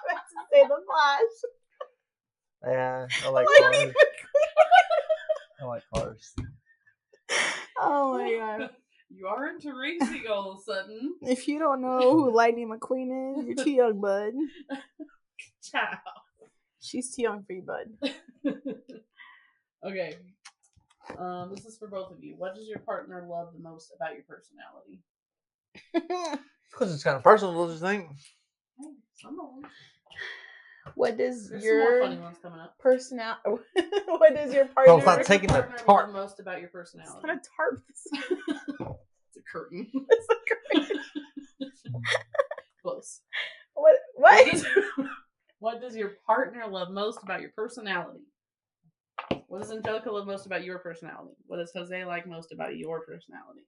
Speaker 1: meant to say the Flash.
Speaker 4: Yeah, I like
Speaker 1: Lightning
Speaker 4: cars. I like cars.
Speaker 1: Oh my god!
Speaker 2: You are into racing all of a sudden.
Speaker 1: If you don't know who Lightning McQueen is, you're too young, bud.
Speaker 2: Ciao.
Speaker 1: She's too young for you, bud.
Speaker 2: okay. Um, this is for both of you. What does your partner love the most about your personality?
Speaker 3: Because it's kind of personal, don't you think?
Speaker 2: Oh, Some of them.
Speaker 5: What does
Speaker 2: There's some more funny
Speaker 5: your
Speaker 2: ones coming up.
Speaker 1: Personal. what is your partner?
Speaker 3: Oh, it's not
Speaker 2: What does your
Speaker 3: taking the
Speaker 2: partner love
Speaker 3: tarp.
Speaker 2: most about your
Speaker 1: It's
Speaker 2: personality.
Speaker 1: not a tarp.
Speaker 2: It's a curtain.
Speaker 1: It's a curtain.
Speaker 2: Close.
Speaker 1: What?
Speaker 2: What
Speaker 1: What?
Speaker 2: does, what does your partner love most about your personality? What does Angelica love most about your personality? What does Jose like most about your personality?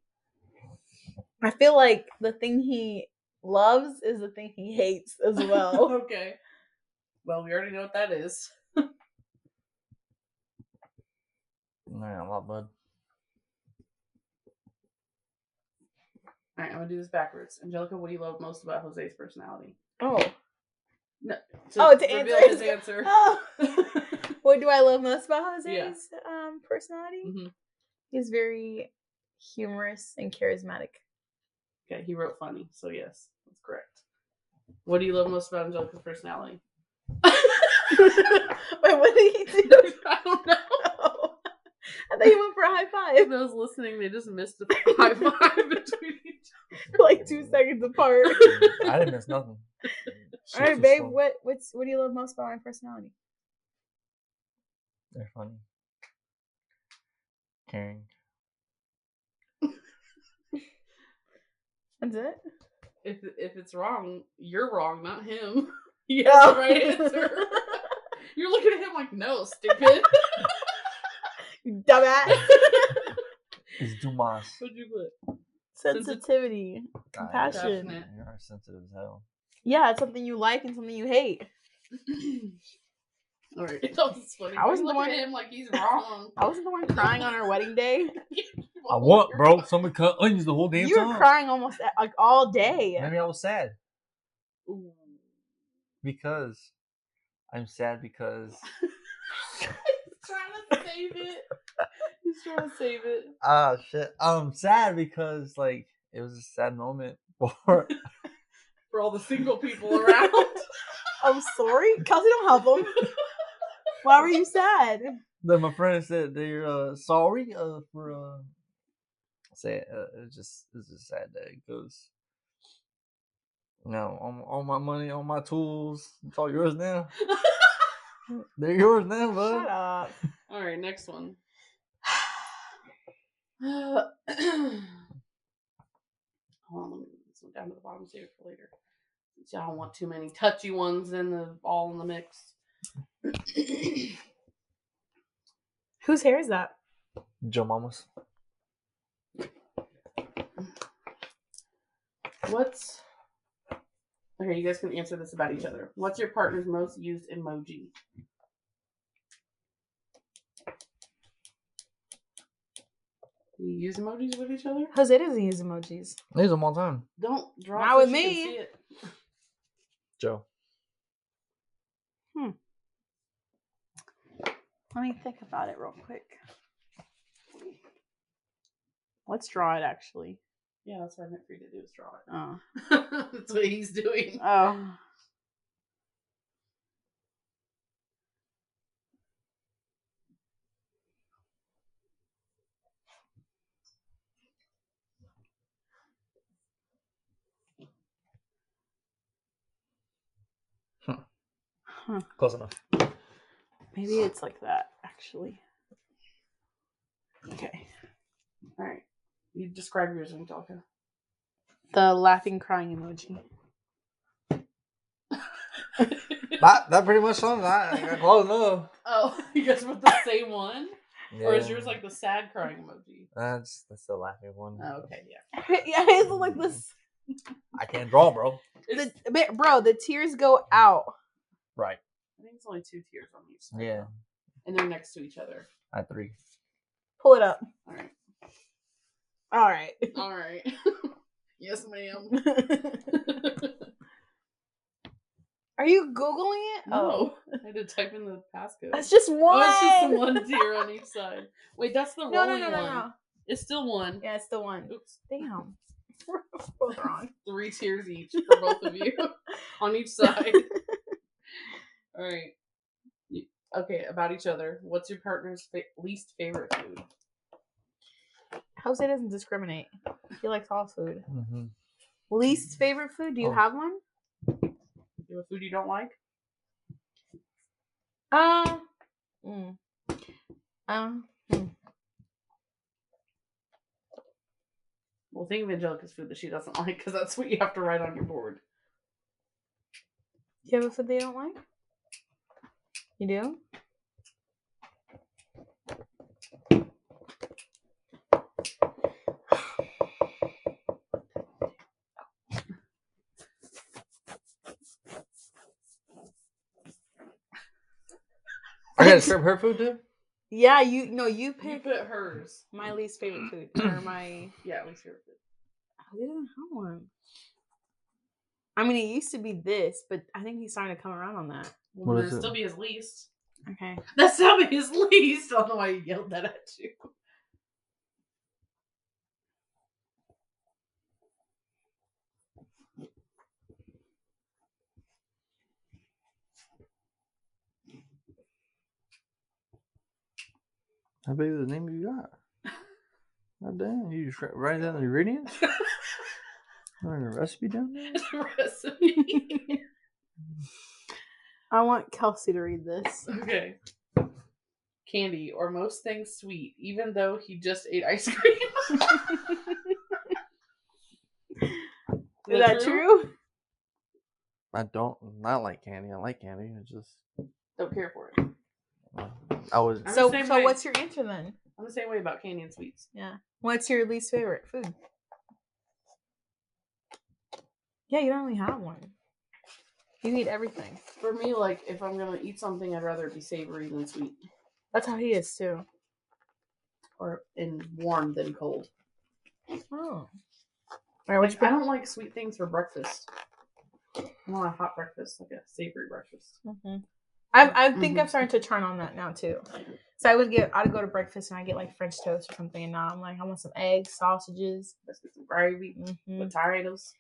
Speaker 1: I feel like the thing he loves is the thing he hates as well.
Speaker 2: okay. Well, we already know what that is.
Speaker 4: Yeah, a lot, bud.
Speaker 2: All right, I'm gonna do this backwards. Angelica, what do you love most about Jose's personality?
Speaker 1: oh.
Speaker 2: So
Speaker 1: Oh, to
Speaker 2: reveal
Speaker 1: answer
Speaker 2: his
Speaker 1: his-
Speaker 2: answer.
Speaker 1: Oh. what do I love most about Jose's
Speaker 2: Yeah.
Speaker 1: um, personality?
Speaker 2: Mhm.
Speaker 1: He's very humorous and charismatic.
Speaker 2: Okay, he wrote funny, so yes, that's correct. What do you love most about Angelica's personality?
Speaker 1: Wait, what did he do?
Speaker 2: I don't know.
Speaker 1: Oh. I thought you went for a high
Speaker 2: If
Speaker 1: five
Speaker 2: those listening, they just missed the high five between each
Speaker 1: like two seconds apart.
Speaker 4: I didn't miss nothing.
Speaker 1: All right, babe. What what's what do you love most about my personality?
Speaker 4: They're funny. Caring.
Speaker 1: That's it.
Speaker 2: if if it's wrong, you're wrong, not him. He has the right answer. you're looking at him like, no, stupid.
Speaker 1: You Dumbass.
Speaker 4: It's Dumas.
Speaker 2: What'd you put?
Speaker 1: Sensitivity. Compassion.
Speaker 4: You are sensitive as hell.
Speaker 1: Yeah, it's something you like and something you hate.
Speaker 2: All right, that was funny.
Speaker 1: I
Speaker 2: I
Speaker 1: was
Speaker 2: was
Speaker 1: the
Speaker 2: looking
Speaker 1: one-
Speaker 2: at him like he's wrong.
Speaker 1: I wasn't the one crying on our wedding day.
Speaker 3: I want, bro. Someone cut onions the whole damn
Speaker 1: you
Speaker 3: time.
Speaker 1: were crying almost a- like all day.
Speaker 4: Maybe I was sad
Speaker 2: Ooh.
Speaker 4: because I'm sad because
Speaker 2: Trying to save it. He's trying to save it.
Speaker 4: ah shit. I'm sad because like it was a sad moment for
Speaker 2: For all the single people around.
Speaker 1: I'm sorry, Kelsey. Don't help him. Why were you sad?
Speaker 4: that my friend said they're uh, sorry uh, for uh, say it, uh, it's just it's just sad that it goes. No, all, all my money, all my tools, it's all yours now. They're yours now, bud.
Speaker 1: Shut up.
Speaker 2: all right, next one. Hold on, let me move this one down to the bottom here for later. Since Y'all don't want too many touchy ones in the all in the mix.
Speaker 1: Whose hair is that?
Speaker 4: Joe Mamas.
Speaker 2: What's okay? You guys can answer this about each other. What's your partner's most used emoji? Do you use emojis with each other?
Speaker 1: Jose doesn't use emojis.
Speaker 4: I use them all the time.
Speaker 2: Don't draw.
Speaker 1: Not
Speaker 2: so
Speaker 1: with
Speaker 2: she can
Speaker 1: me.
Speaker 2: see it.
Speaker 4: Joe.
Speaker 1: Let me think about it real quick. Let's draw it actually.
Speaker 2: Yeah, that's what I meant for you to do is draw it.
Speaker 1: Oh.
Speaker 2: that's what he's doing.
Speaker 1: Oh.
Speaker 4: Hmm.
Speaker 1: Huh.
Speaker 4: Close enough.
Speaker 1: Maybe it's like that actually.
Speaker 2: Okay. All right. You describe yours, Angelica.
Speaker 1: The laughing crying emoji.
Speaker 4: That, that pretty much sums it. I, I close enough.
Speaker 2: oh, you guys want the same one, or is
Speaker 4: Yeah.
Speaker 2: yours like the sad crying emoji?
Speaker 4: That's that's the laughing one.
Speaker 2: Oh, okay, yeah.
Speaker 1: yeah, it's like this
Speaker 3: I can't draw, bro.
Speaker 2: It's-
Speaker 5: The, but bro, the tears go out.
Speaker 3: Right.
Speaker 2: I think it's only two tiers on each side.
Speaker 3: Yeah.
Speaker 2: And they're next to each other.
Speaker 3: I had three.
Speaker 1: Pull it up.
Speaker 2: All right.
Speaker 1: All right.
Speaker 2: All right. yes, ma'am.
Speaker 1: Are you googling it? Oh,
Speaker 2: no. I had to type in the passcode.
Speaker 1: That's just one.
Speaker 2: Oh, it's just the one tier on each side. Wait, that's the
Speaker 1: No, no,
Speaker 2: rolling
Speaker 1: no, no,
Speaker 2: one.
Speaker 1: no.
Speaker 2: It's still one.
Speaker 1: Yeah, it's the one.
Speaker 2: Oops.
Speaker 1: Damn. We're both wrong.
Speaker 2: Three tiers each for both of you on each side. All right. You- Okay, about each other. What's your partner's fa- least favorite food?
Speaker 1: Jose doesn't discriminate. He likes all food.
Speaker 4: Mm-hmm.
Speaker 1: Least favorite food? Do you
Speaker 4: Oh.
Speaker 1: have one?
Speaker 2: You have a food you don't like?
Speaker 1: Uh, mm, um,
Speaker 2: Well, think of Angelica's food that she doesn't like because that's what you have to write on your board.
Speaker 1: do you have a food they don't like? You do?
Speaker 3: I gotta serve her food too.
Speaker 1: Yeah, you. No, you
Speaker 2: You
Speaker 1: pick
Speaker 2: put hers.
Speaker 1: my least favorite food or my.
Speaker 2: Yeah, least favorite food.
Speaker 1: Jose doesn't have one. I mean, it used to be this, but I think he's starting to come around on that.
Speaker 4: What
Speaker 2: Well, then
Speaker 4: is
Speaker 2: it'd
Speaker 4: it?
Speaker 2: still be his least.
Speaker 1: Okay.
Speaker 2: That's not his least. I don't know why you yelled that at you.
Speaker 4: How big of the name you got? God damn, you just wri- write down the ingredients? Writing a recipe down there?
Speaker 2: The recipe.
Speaker 1: I want Kelsey to read this.
Speaker 2: okay. Candy or most things sweet, even though he just ate ice cream.
Speaker 1: Is
Speaker 2: Is
Speaker 1: that true?
Speaker 4: I don't not like candy. I like candy. I just
Speaker 2: Don't care for it.
Speaker 4: uh, I was
Speaker 2: I'm
Speaker 1: So,
Speaker 2: the same
Speaker 1: so
Speaker 2: way.
Speaker 1: what's your answer then?
Speaker 2: I'm the same way about candy and sweets.
Speaker 1: What's your least favorite food? Yeah, you don't really have one. You eat everything.
Speaker 2: For me, like if I'm gonna eat something, I'd rather it be savory than sweet,
Speaker 1: That's how he is too.
Speaker 2: or and warm than cold.
Speaker 1: Oh. All right, what you
Speaker 2: Like, I
Speaker 1: pick?
Speaker 2: don't like sweet things for breakfast. I want a hot breakfast, like a savory breakfast.
Speaker 1: Mhm. I, I think I'm
Speaker 2: Mhm.
Speaker 1: starting to turn on that now too. So I would get, I'd go to breakfast and I get like French toast or something, and now I'm like, I want some eggs, sausages.
Speaker 2: Let's get some gravy,
Speaker 1: hmm
Speaker 2: potatoes.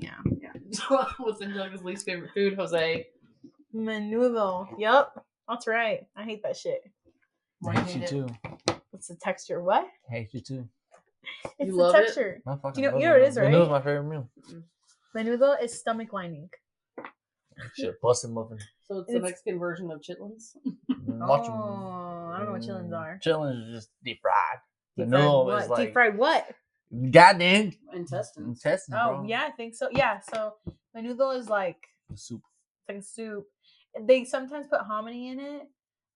Speaker 1: Yeah.
Speaker 2: Yeah. So what's Angelica's least favorite food, Jose?
Speaker 1: Menudo. Yep, that's right. I hate that shit.
Speaker 2: Why
Speaker 3: hate
Speaker 2: hate
Speaker 3: you
Speaker 2: it?
Speaker 3: too.
Speaker 1: It's the texture. What?
Speaker 3: hate you too.
Speaker 1: It's
Speaker 2: You
Speaker 1: the
Speaker 2: love it?
Speaker 1: texture.
Speaker 4: I fucking
Speaker 1: know-
Speaker 4: love
Speaker 1: you know what it is,
Speaker 3: Menudo
Speaker 1: right?
Speaker 3: my favorite meal.
Speaker 1: Menudo is stomach lining.
Speaker 3: Shit, busted muffin.
Speaker 2: So it's, the
Speaker 1: It's-
Speaker 2: Mexican version of chitlins.
Speaker 3: Watch 'em.
Speaker 1: Oh, I don't know what chillins
Speaker 3: Mm,
Speaker 1: are.
Speaker 3: Chitlins is just deep fried.
Speaker 1: Deep
Speaker 3: Menudo
Speaker 1: fried
Speaker 3: is
Speaker 1: what?
Speaker 3: like
Speaker 1: Deep fried what?
Speaker 3: goddamn
Speaker 2: Intestines.
Speaker 3: intestines,
Speaker 1: Oh
Speaker 3: bro.
Speaker 1: yeah, I think so. Yeah, so menudo is like
Speaker 3: The soup.
Speaker 1: it's like a soup. They sometimes put hominy in it.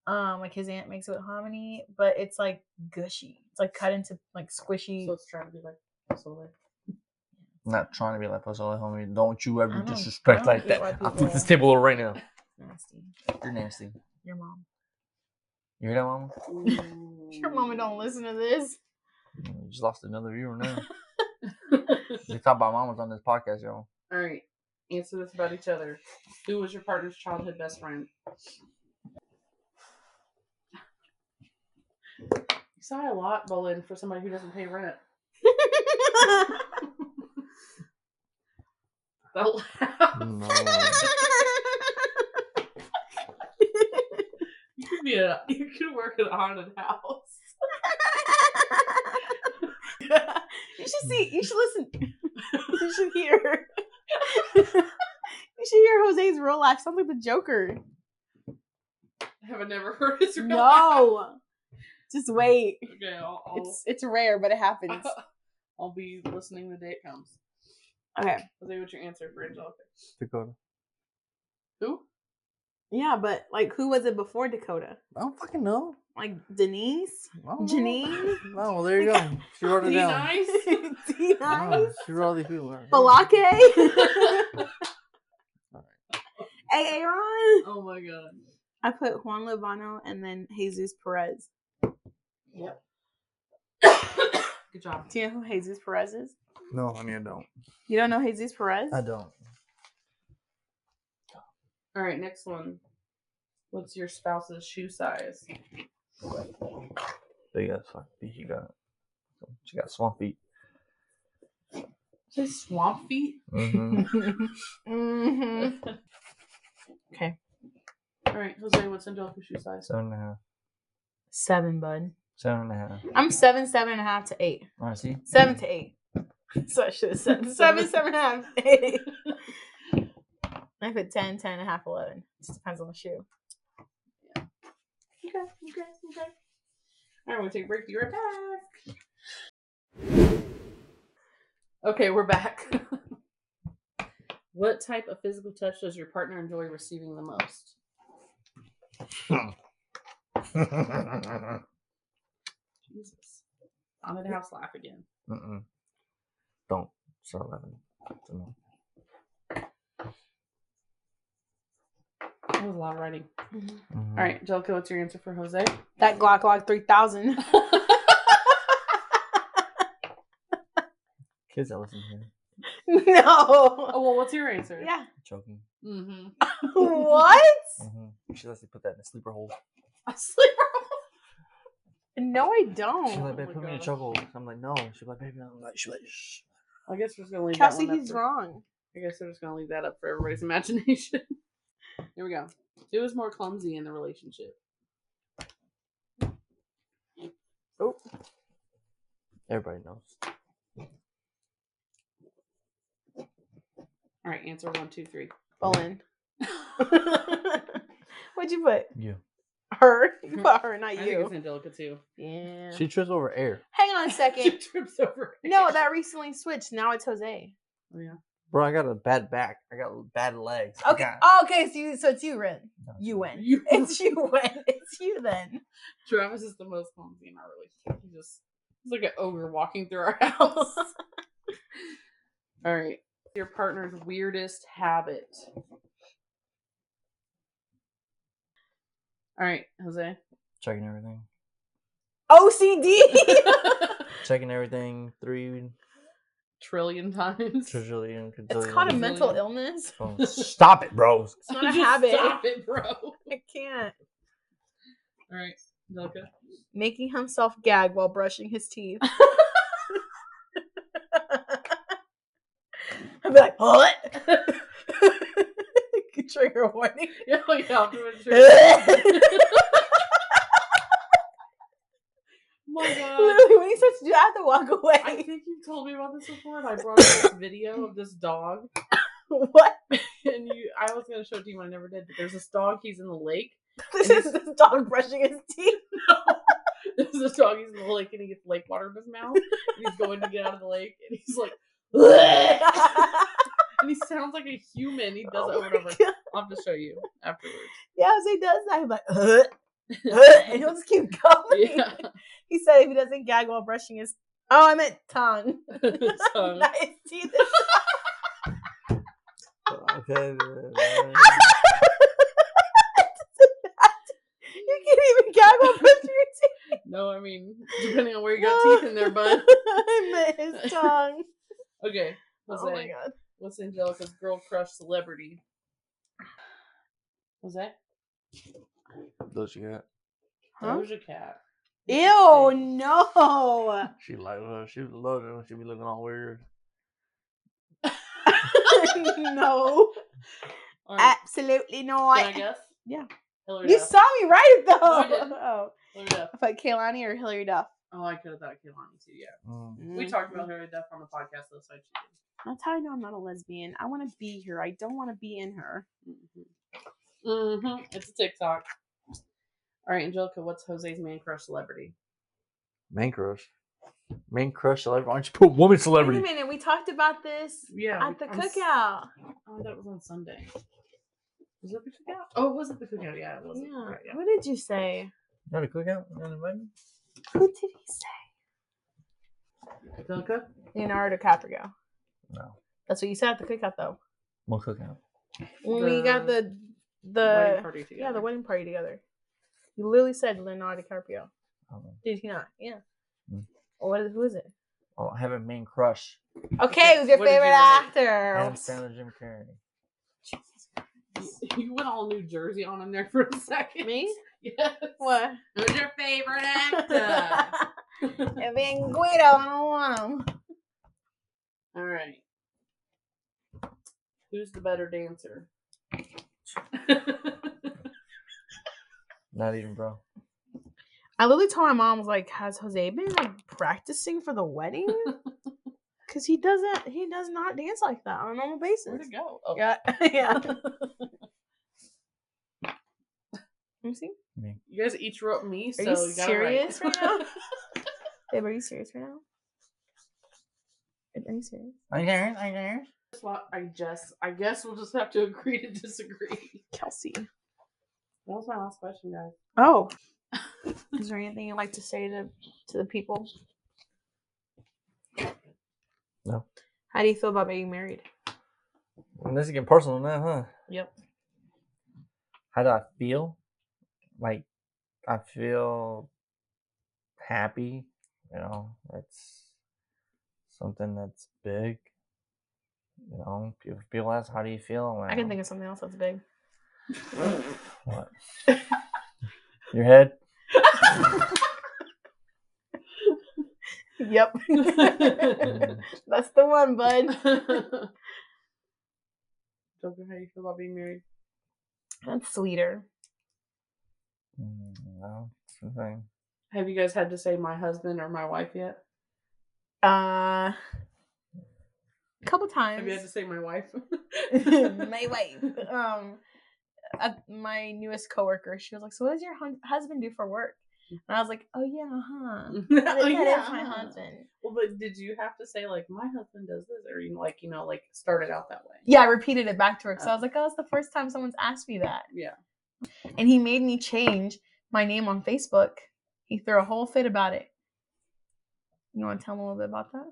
Speaker 1: Um, like his aunt makes it with hominy, but it's like gushy. It's like cut into like squishy.
Speaker 2: So it's trying to be like pozole.
Speaker 3: not trying to be like pozole, homie. Don't you ever
Speaker 1: I don't- I
Speaker 3: disrespect
Speaker 1: don't
Speaker 3: like
Speaker 1: get
Speaker 3: that.
Speaker 1: why
Speaker 3: I'll
Speaker 1: people-
Speaker 3: flip this table over right now.
Speaker 1: nasty.
Speaker 3: You're nasty.
Speaker 1: Your mom.
Speaker 3: You hear that, mama?
Speaker 1: Your mama don't listen to this.
Speaker 4: You Mm, just lost another viewer now.
Speaker 2: All
Speaker 4: we talk about mamas on this podcast, y'all.
Speaker 2: right. Answer this about each other. Who was your partner's childhood best friend? You sigh a lot, Bolin, for somebody who doesn't pay rent. The laugh.
Speaker 4: No.
Speaker 2: You could be a, you could work at a haunted house.
Speaker 1: you should see. You should listen. you should hear. you should hear Jose's real laugh. Sounds like the Joker.
Speaker 2: Have I never heard his real laugh?
Speaker 1: No, just wait.
Speaker 2: Okay, I'll, I'll,
Speaker 1: It's it's rare, but it happens.
Speaker 2: I'll be listening the day it comes.
Speaker 1: Okay.
Speaker 2: Jose, what's your answer for Angelica?
Speaker 4: Dakota.
Speaker 2: Who?
Speaker 1: Yeah, but like, who was it before Dakota?
Speaker 4: I don't fucking know.
Speaker 1: like Denise,
Speaker 4: Oh,
Speaker 1: Janine,
Speaker 4: No, well, there you go. She wrote it
Speaker 2: Be
Speaker 4: down.
Speaker 2: nice.
Speaker 4: Wow,
Speaker 1: Denise,
Speaker 4: she wrote all these people. down.
Speaker 1: Balake, Aaron.
Speaker 2: oh my god.
Speaker 1: I put Juan Lobano and then Jesus Perez.
Speaker 2: Yep. Good job.
Speaker 1: Do you know who Jesus Perez is?
Speaker 4: No, honey, I don't.
Speaker 1: You don't know Jesus Perez?
Speaker 4: I don't.
Speaker 2: All right, next one. What's your spouse's shoe size?
Speaker 4: Big ass fucking feet she got. She got swamp feet.
Speaker 2: Say swamp feet.
Speaker 4: Mm-hmm.
Speaker 1: hmm Okay.
Speaker 2: All right, Jose, what's Angelica's shoe size?
Speaker 4: seven and a half.
Speaker 1: Seven, bud.
Speaker 4: Seven and a half.
Speaker 1: I'm seven, seven and a half to eight.
Speaker 4: All right, see?
Speaker 1: Seven to eight. So I should have said seven, seven and a half, to eight. I put 10, 10 and a half, 11. Just depends on the shoe.
Speaker 2: Okay, okay, okay. All right, we'll take a break. Be right back. Okay, we're back. what type of physical touch does your partner enjoy receiving the most?
Speaker 4: Mm-mm.
Speaker 2: Jesus. I'm gonna have laugh again.
Speaker 4: Don't. Start laughing. It's enough.
Speaker 2: That was a lot of writing.
Speaker 4: Mhm.
Speaker 2: All right, Angelica, what's your answer for Jose?
Speaker 1: Mm-hmm.
Speaker 2: Oh,
Speaker 1: That Glock Glock 3000.
Speaker 4: Kids that listen here.
Speaker 2: Oh
Speaker 1: no.
Speaker 2: well, what's your answer?
Speaker 1: Yeah.
Speaker 4: Choking.
Speaker 2: Mm-hmm.
Speaker 1: What?
Speaker 4: Mm-hmm. She lets me put that in the sleeper hold.
Speaker 1: No, I
Speaker 4: She's
Speaker 1: don't.
Speaker 4: like, babe,
Speaker 2: my
Speaker 4: put me in a
Speaker 2: God.
Speaker 4: chokehold. I'm like, no. She's like, baby, I'm like, she's like, shh.
Speaker 2: I guess we're just gonna leave
Speaker 1: Kelsey,
Speaker 2: that one up
Speaker 1: he's
Speaker 2: for-
Speaker 1: wrong.
Speaker 2: I guess we're just gonna leave that up for everybody's imagination. Here we go. Who is more clumsy in the relationship?
Speaker 4: Everybody knows.
Speaker 2: All right, answer one, two, three.
Speaker 1: Bolin. What'd you put?
Speaker 4: You.
Speaker 1: Her? You put her, not
Speaker 2: I think it's
Speaker 1: you.
Speaker 2: Angelica too.
Speaker 1: Yeah.
Speaker 3: She trips over air.
Speaker 1: Hang on a
Speaker 2: She
Speaker 1: second.
Speaker 2: trips over. it.
Speaker 1: No, that recently switched. Now it's Jose.
Speaker 2: Oh, yeah.
Speaker 4: Bro, I got a bad back. I got bad legs. I
Speaker 1: Okay.
Speaker 4: got-
Speaker 1: Oh, okay. So, you, so it's you, Ren.
Speaker 4: No,
Speaker 1: You win.
Speaker 2: You-
Speaker 1: It's you win. It's you then.
Speaker 2: Travis is the most clumsy in our relationship. He just he's like an ogre walking through our house. All right. Your partner's weirdest habit. All right, Jose.
Speaker 4: Checking everything.
Speaker 1: OCD.
Speaker 4: Checking everything. Three
Speaker 2: Trillion times.
Speaker 4: trillion.
Speaker 1: it's called a
Speaker 4: gazillion.
Speaker 1: mental illness.
Speaker 4: Oh, Stop it, bro.
Speaker 1: It's not a
Speaker 2: Just
Speaker 1: habit.
Speaker 2: Stop it, bro. All
Speaker 1: I can't.
Speaker 2: right, Angelica.
Speaker 1: Making himself gag while brushing his teeth. I'd be like, what? Trigger warning.
Speaker 2: Yeah, like
Speaker 1: Oh
Speaker 2: Oh My God.
Speaker 1: Literally, when he starts to do that, I have to walk
Speaker 2: I
Speaker 1: away.
Speaker 2: think you told me about this before, and I brought up this video of this dog.
Speaker 1: what?
Speaker 2: And you, I was gonna show it to you, but I never did. But there's this dog. He's in the lake.
Speaker 1: This
Speaker 2: And
Speaker 1: is this dog brushing his teeth.
Speaker 2: There's this dog. He's in the lake, and he gets lake water in his mouth. And he's going to get out of the lake, and he's like, and he sounds like a human. He does it
Speaker 1: Oh
Speaker 2: over and
Speaker 1: my
Speaker 2: over.
Speaker 1: God.
Speaker 2: I'll have to show you afterwards.
Speaker 1: Yeah, as he does that, he's like, "Ugh, ugh," and he'll just keep going.
Speaker 2: yeah.
Speaker 1: He said if he doesn't gag while brushing his, oh, I meant tongue,
Speaker 2: so,
Speaker 1: not his teeth.
Speaker 4: Okay.
Speaker 1: You can't even gag while brushing your teeth.
Speaker 2: no, I mean, depending on where you
Speaker 1: No.
Speaker 2: got teeth in there, bud.
Speaker 1: I meant his tongue.
Speaker 2: Okay, Jose,
Speaker 1: Oh my god.
Speaker 2: what's Angelica's girl crush celebrity? Jose,
Speaker 4: Those you got.
Speaker 1: Huh?
Speaker 2: Doja Cat.
Speaker 1: Ew, no.
Speaker 4: She like well, she was loaded when she be looking all weird.
Speaker 1: no.
Speaker 2: All right,
Speaker 1: Absolutely
Speaker 2: can I
Speaker 1: not.
Speaker 2: guess?
Speaker 1: Yeah.
Speaker 2: Hillary
Speaker 1: You
Speaker 2: Duff.
Speaker 1: saw me write it though.
Speaker 2: No, I didn't.
Speaker 1: Oh.
Speaker 2: Hillary Duff.
Speaker 1: But Kaylani or Hillary Duff?
Speaker 2: Oh, I could have thought Kehlani too. Yeah,
Speaker 4: Mm.
Speaker 2: we
Speaker 1: Mm-hmm.
Speaker 2: talked about Hillary Duff on the podcast. That's why she
Speaker 1: That's how I know I'm not a lesbian. I want to be her. I don't want to be in her.
Speaker 2: did. Mm-hmm. It's a TikTok. All right, Angelica, what's Jose's man crush celebrity?
Speaker 4: Main crush. Main crush celebrity. Why don't you put woman
Speaker 1: Wait a
Speaker 4: celebrity?
Speaker 1: minute. We talked about this
Speaker 2: Yeah,
Speaker 1: at the cookout.
Speaker 2: Oh, that was on Sunday. Was it the cookout? Oh, it wasn't the cookout. Yeah, it wasn't.
Speaker 1: Yeah.
Speaker 2: Right, yeah.
Speaker 1: What did you say?
Speaker 3: Not a cookout? Not invited?
Speaker 5: What did he say?
Speaker 2: Philka?
Speaker 1: Leonardo DiCaprio.
Speaker 3: No.
Speaker 1: That's what you said at the cookout though.
Speaker 3: One cookout.
Speaker 1: When we got the
Speaker 2: Wedding
Speaker 1: the
Speaker 2: party
Speaker 1: yeah the
Speaker 2: together.
Speaker 1: wedding party together, you literally said Leonardo DiCaprio.
Speaker 3: I don't know.
Speaker 1: Did you not? Yeah.
Speaker 3: Mm.
Speaker 1: What is, who is it?
Speaker 3: Oh, I have a main crush.
Speaker 1: Okay, who's your
Speaker 2: What did you
Speaker 1: favorite
Speaker 2: write?
Speaker 1: actor?
Speaker 3: Adam Sandler, Jim Carrey.
Speaker 2: You went all New Jersey on him there for a second.
Speaker 1: Me?
Speaker 2: Yes.
Speaker 1: What?
Speaker 2: Who's your favorite actor?
Speaker 1: It being Guido, I don't want him.
Speaker 2: all right. Who's the better dancer?
Speaker 3: Not even, bro.
Speaker 1: I literally told my mom, was like, has Jose been like practicing for the wedding? Cause he doesn't, he does not dance like that on a normal
Speaker 2: Where'd
Speaker 1: basis.
Speaker 2: it go? Oh.
Speaker 1: Yeah, yeah. Let me see.
Speaker 2: You guys each wrote me, so
Speaker 1: you
Speaker 2: got it right.
Speaker 1: serious right now? Babe, are you serious right now? Babe, Are you serious?
Speaker 3: I guess, I guess.
Speaker 2: That's why I just, I guess we'll just have to agree to disagree.
Speaker 1: Kelsey.
Speaker 2: That was my last question, guys.
Speaker 1: Oh. Is there anything you'd like to say to, to the people?
Speaker 3: No.
Speaker 1: How do you feel about being married?
Speaker 3: Well, Mm, this is getting personal now, huh?
Speaker 1: Yep.
Speaker 3: How do I feel? Like, I feel happy. You know, that's something that's big. You know, if people ask, how do you feel? I'm
Speaker 1: I can
Speaker 3: like,
Speaker 1: think of something else that's big.
Speaker 3: What? Your head?
Speaker 1: Yep.
Speaker 3: Mm,
Speaker 1: that's the one, bud.
Speaker 2: Joker, how you feel about being married?
Speaker 1: That's sweeter.
Speaker 3: mm, no, it's the thing.
Speaker 2: Have you guys had to say my husband or my wife yet?
Speaker 1: Uh, a couple times.
Speaker 2: Have you had to say my wife?
Speaker 1: my wife. Um, uh, my newest coworker, she was like, "So what does your hun- husband do for work?" And I was like, "Oh yeah, huh? That,
Speaker 2: Mm. oh,
Speaker 1: that is
Speaker 2: yeah.
Speaker 1: my husband."
Speaker 2: Well, but did you have to say like my husband does this, or you know, like you know, like start it out that way?
Speaker 1: Yeah, I repeated it back to her because I was like, "Oh, it's the first time someone's asked me that."
Speaker 2: Yeah.
Speaker 1: And he made me change my name on Facebook. He threw a whole fit about it. You want to tell him a little bit about that?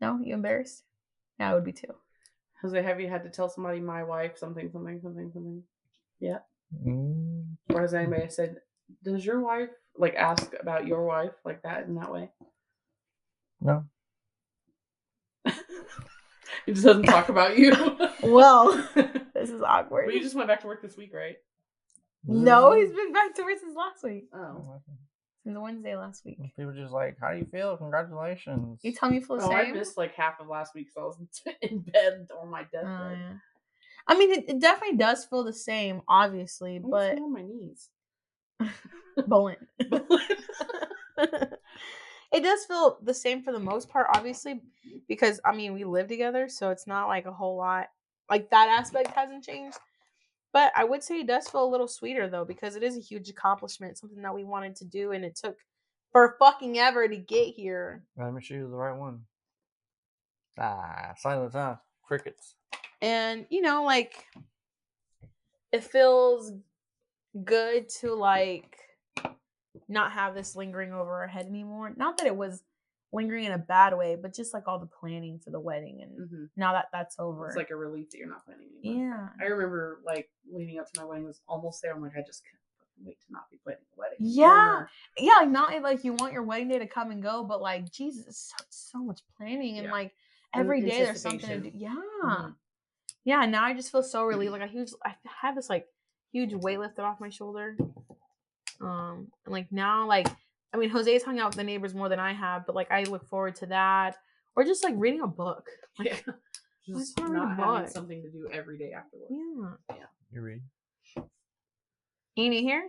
Speaker 1: No, you embarrassed? Yeah, I would be too.
Speaker 2: Jose, have you had to tell somebody my wife something, something, something, something?
Speaker 3: Mm,
Speaker 2: Or has
Speaker 1: Mm-hmm.
Speaker 2: anybody said, does your wife like ask about your wife like that in that way?
Speaker 3: no.
Speaker 2: He just doesn't talk about you.
Speaker 1: Well, this is awkward.
Speaker 2: But you just Mm-hmm. went back to work this week, right?
Speaker 1: no, he's been back to work since last week.
Speaker 2: Oh.
Speaker 1: Since Wednesday last week.
Speaker 3: People just like, how do you feel? Congratulations.
Speaker 1: You tell me you feel the
Speaker 2: Mm. Oh, I
Speaker 1: same.
Speaker 2: missed like half of last week, so I was in bed on my
Speaker 1: Oh,
Speaker 2: deathbed.
Speaker 1: yeah. I mean, it, it definitely does feel the same, obviously,
Speaker 2: I'm
Speaker 1: but
Speaker 2: still on my knees.
Speaker 1: Bolin. Mm-hmm. it does feel the same for the most part, obviously, because I mean we live together, so it's not like a whole lot. Like that aspect hasn't changed, but I would say it does feel a little sweeter though, because it is a huge accomplishment, something that we wanted to do, and it took for fucking ever to get here.
Speaker 3: Gotta make sure you was the right one. Ah, silence, huh? Crickets.
Speaker 1: and you know like it feels good to like not have this lingering over our head anymore not that it was lingering in a bad way but just like all the planning for the wedding and
Speaker 2: hmm
Speaker 1: now that that's over
Speaker 2: It's like a relief that you're not planning anymore.
Speaker 1: yeah
Speaker 2: I remember like leading up to my wedding was almost there. I'm like, I just couldn't fucking wait to not be planning a wedding.
Speaker 1: Yeah. yeah like not like you want your wedding day to come and go but like jesus it's so, so much planning and
Speaker 2: Yeah.
Speaker 1: like
Speaker 2: And
Speaker 1: every day there's something to do
Speaker 2: anticipation.
Speaker 1: yeah
Speaker 2: Mhm.
Speaker 1: yeah now i just feel so relieved like a huge i have this like huge weight lifted off my shoulder um and like now like i mean jose's hung out with the neighbors more than i have but like i look forward to that or just like reading a book like
Speaker 2: Yeah. Just
Speaker 1: wanna read a
Speaker 2: not having
Speaker 1: book.
Speaker 2: something to do every day afterwards.
Speaker 1: yeah
Speaker 3: You read?
Speaker 1: any here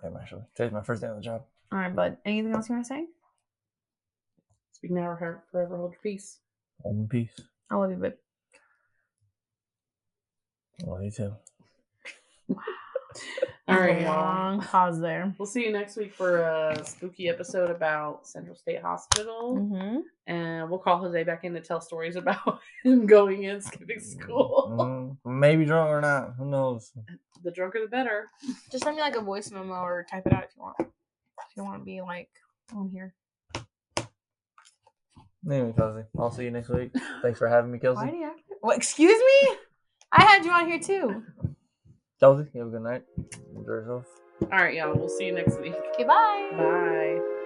Speaker 3: I'm actually. Today's my first day on the job.
Speaker 1: all right bud anything else you want to say
Speaker 2: Speak now or her- forever hold your peace.
Speaker 3: One piece.
Speaker 1: i love you babe
Speaker 3: Love you too.
Speaker 2: All
Speaker 1: There's
Speaker 2: right,
Speaker 1: a
Speaker 2: y'all.
Speaker 1: long pause there.
Speaker 2: We'll see you next week for a spooky episode about Central State Hospital,
Speaker 1: Mm-hmm.
Speaker 2: and we'll call Jose back in to tell stories about him going in, skipping
Speaker 4: Mm-hmm.
Speaker 2: school.
Speaker 4: Mm, maybe drunk or not. Who knows?
Speaker 2: The drunker, the better.
Speaker 1: Just send me like a voice memo or type it out if you want. If you want to be like on here.
Speaker 4: Anyway, Kelsey, I'll see you next week. Thanks for having me,
Speaker 6: Why
Speaker 4: Kelsey.
Speaker 6: do you have
Speaker 1: Well, excuse me? I had you on here too.
Speaker 4: Kelsey, you have a good night. Enjoy yourself.
Speaker 2: All right, y'all. We'll see you next week.
Speaker 1: Okay, bye.
Speaker 2: Bye.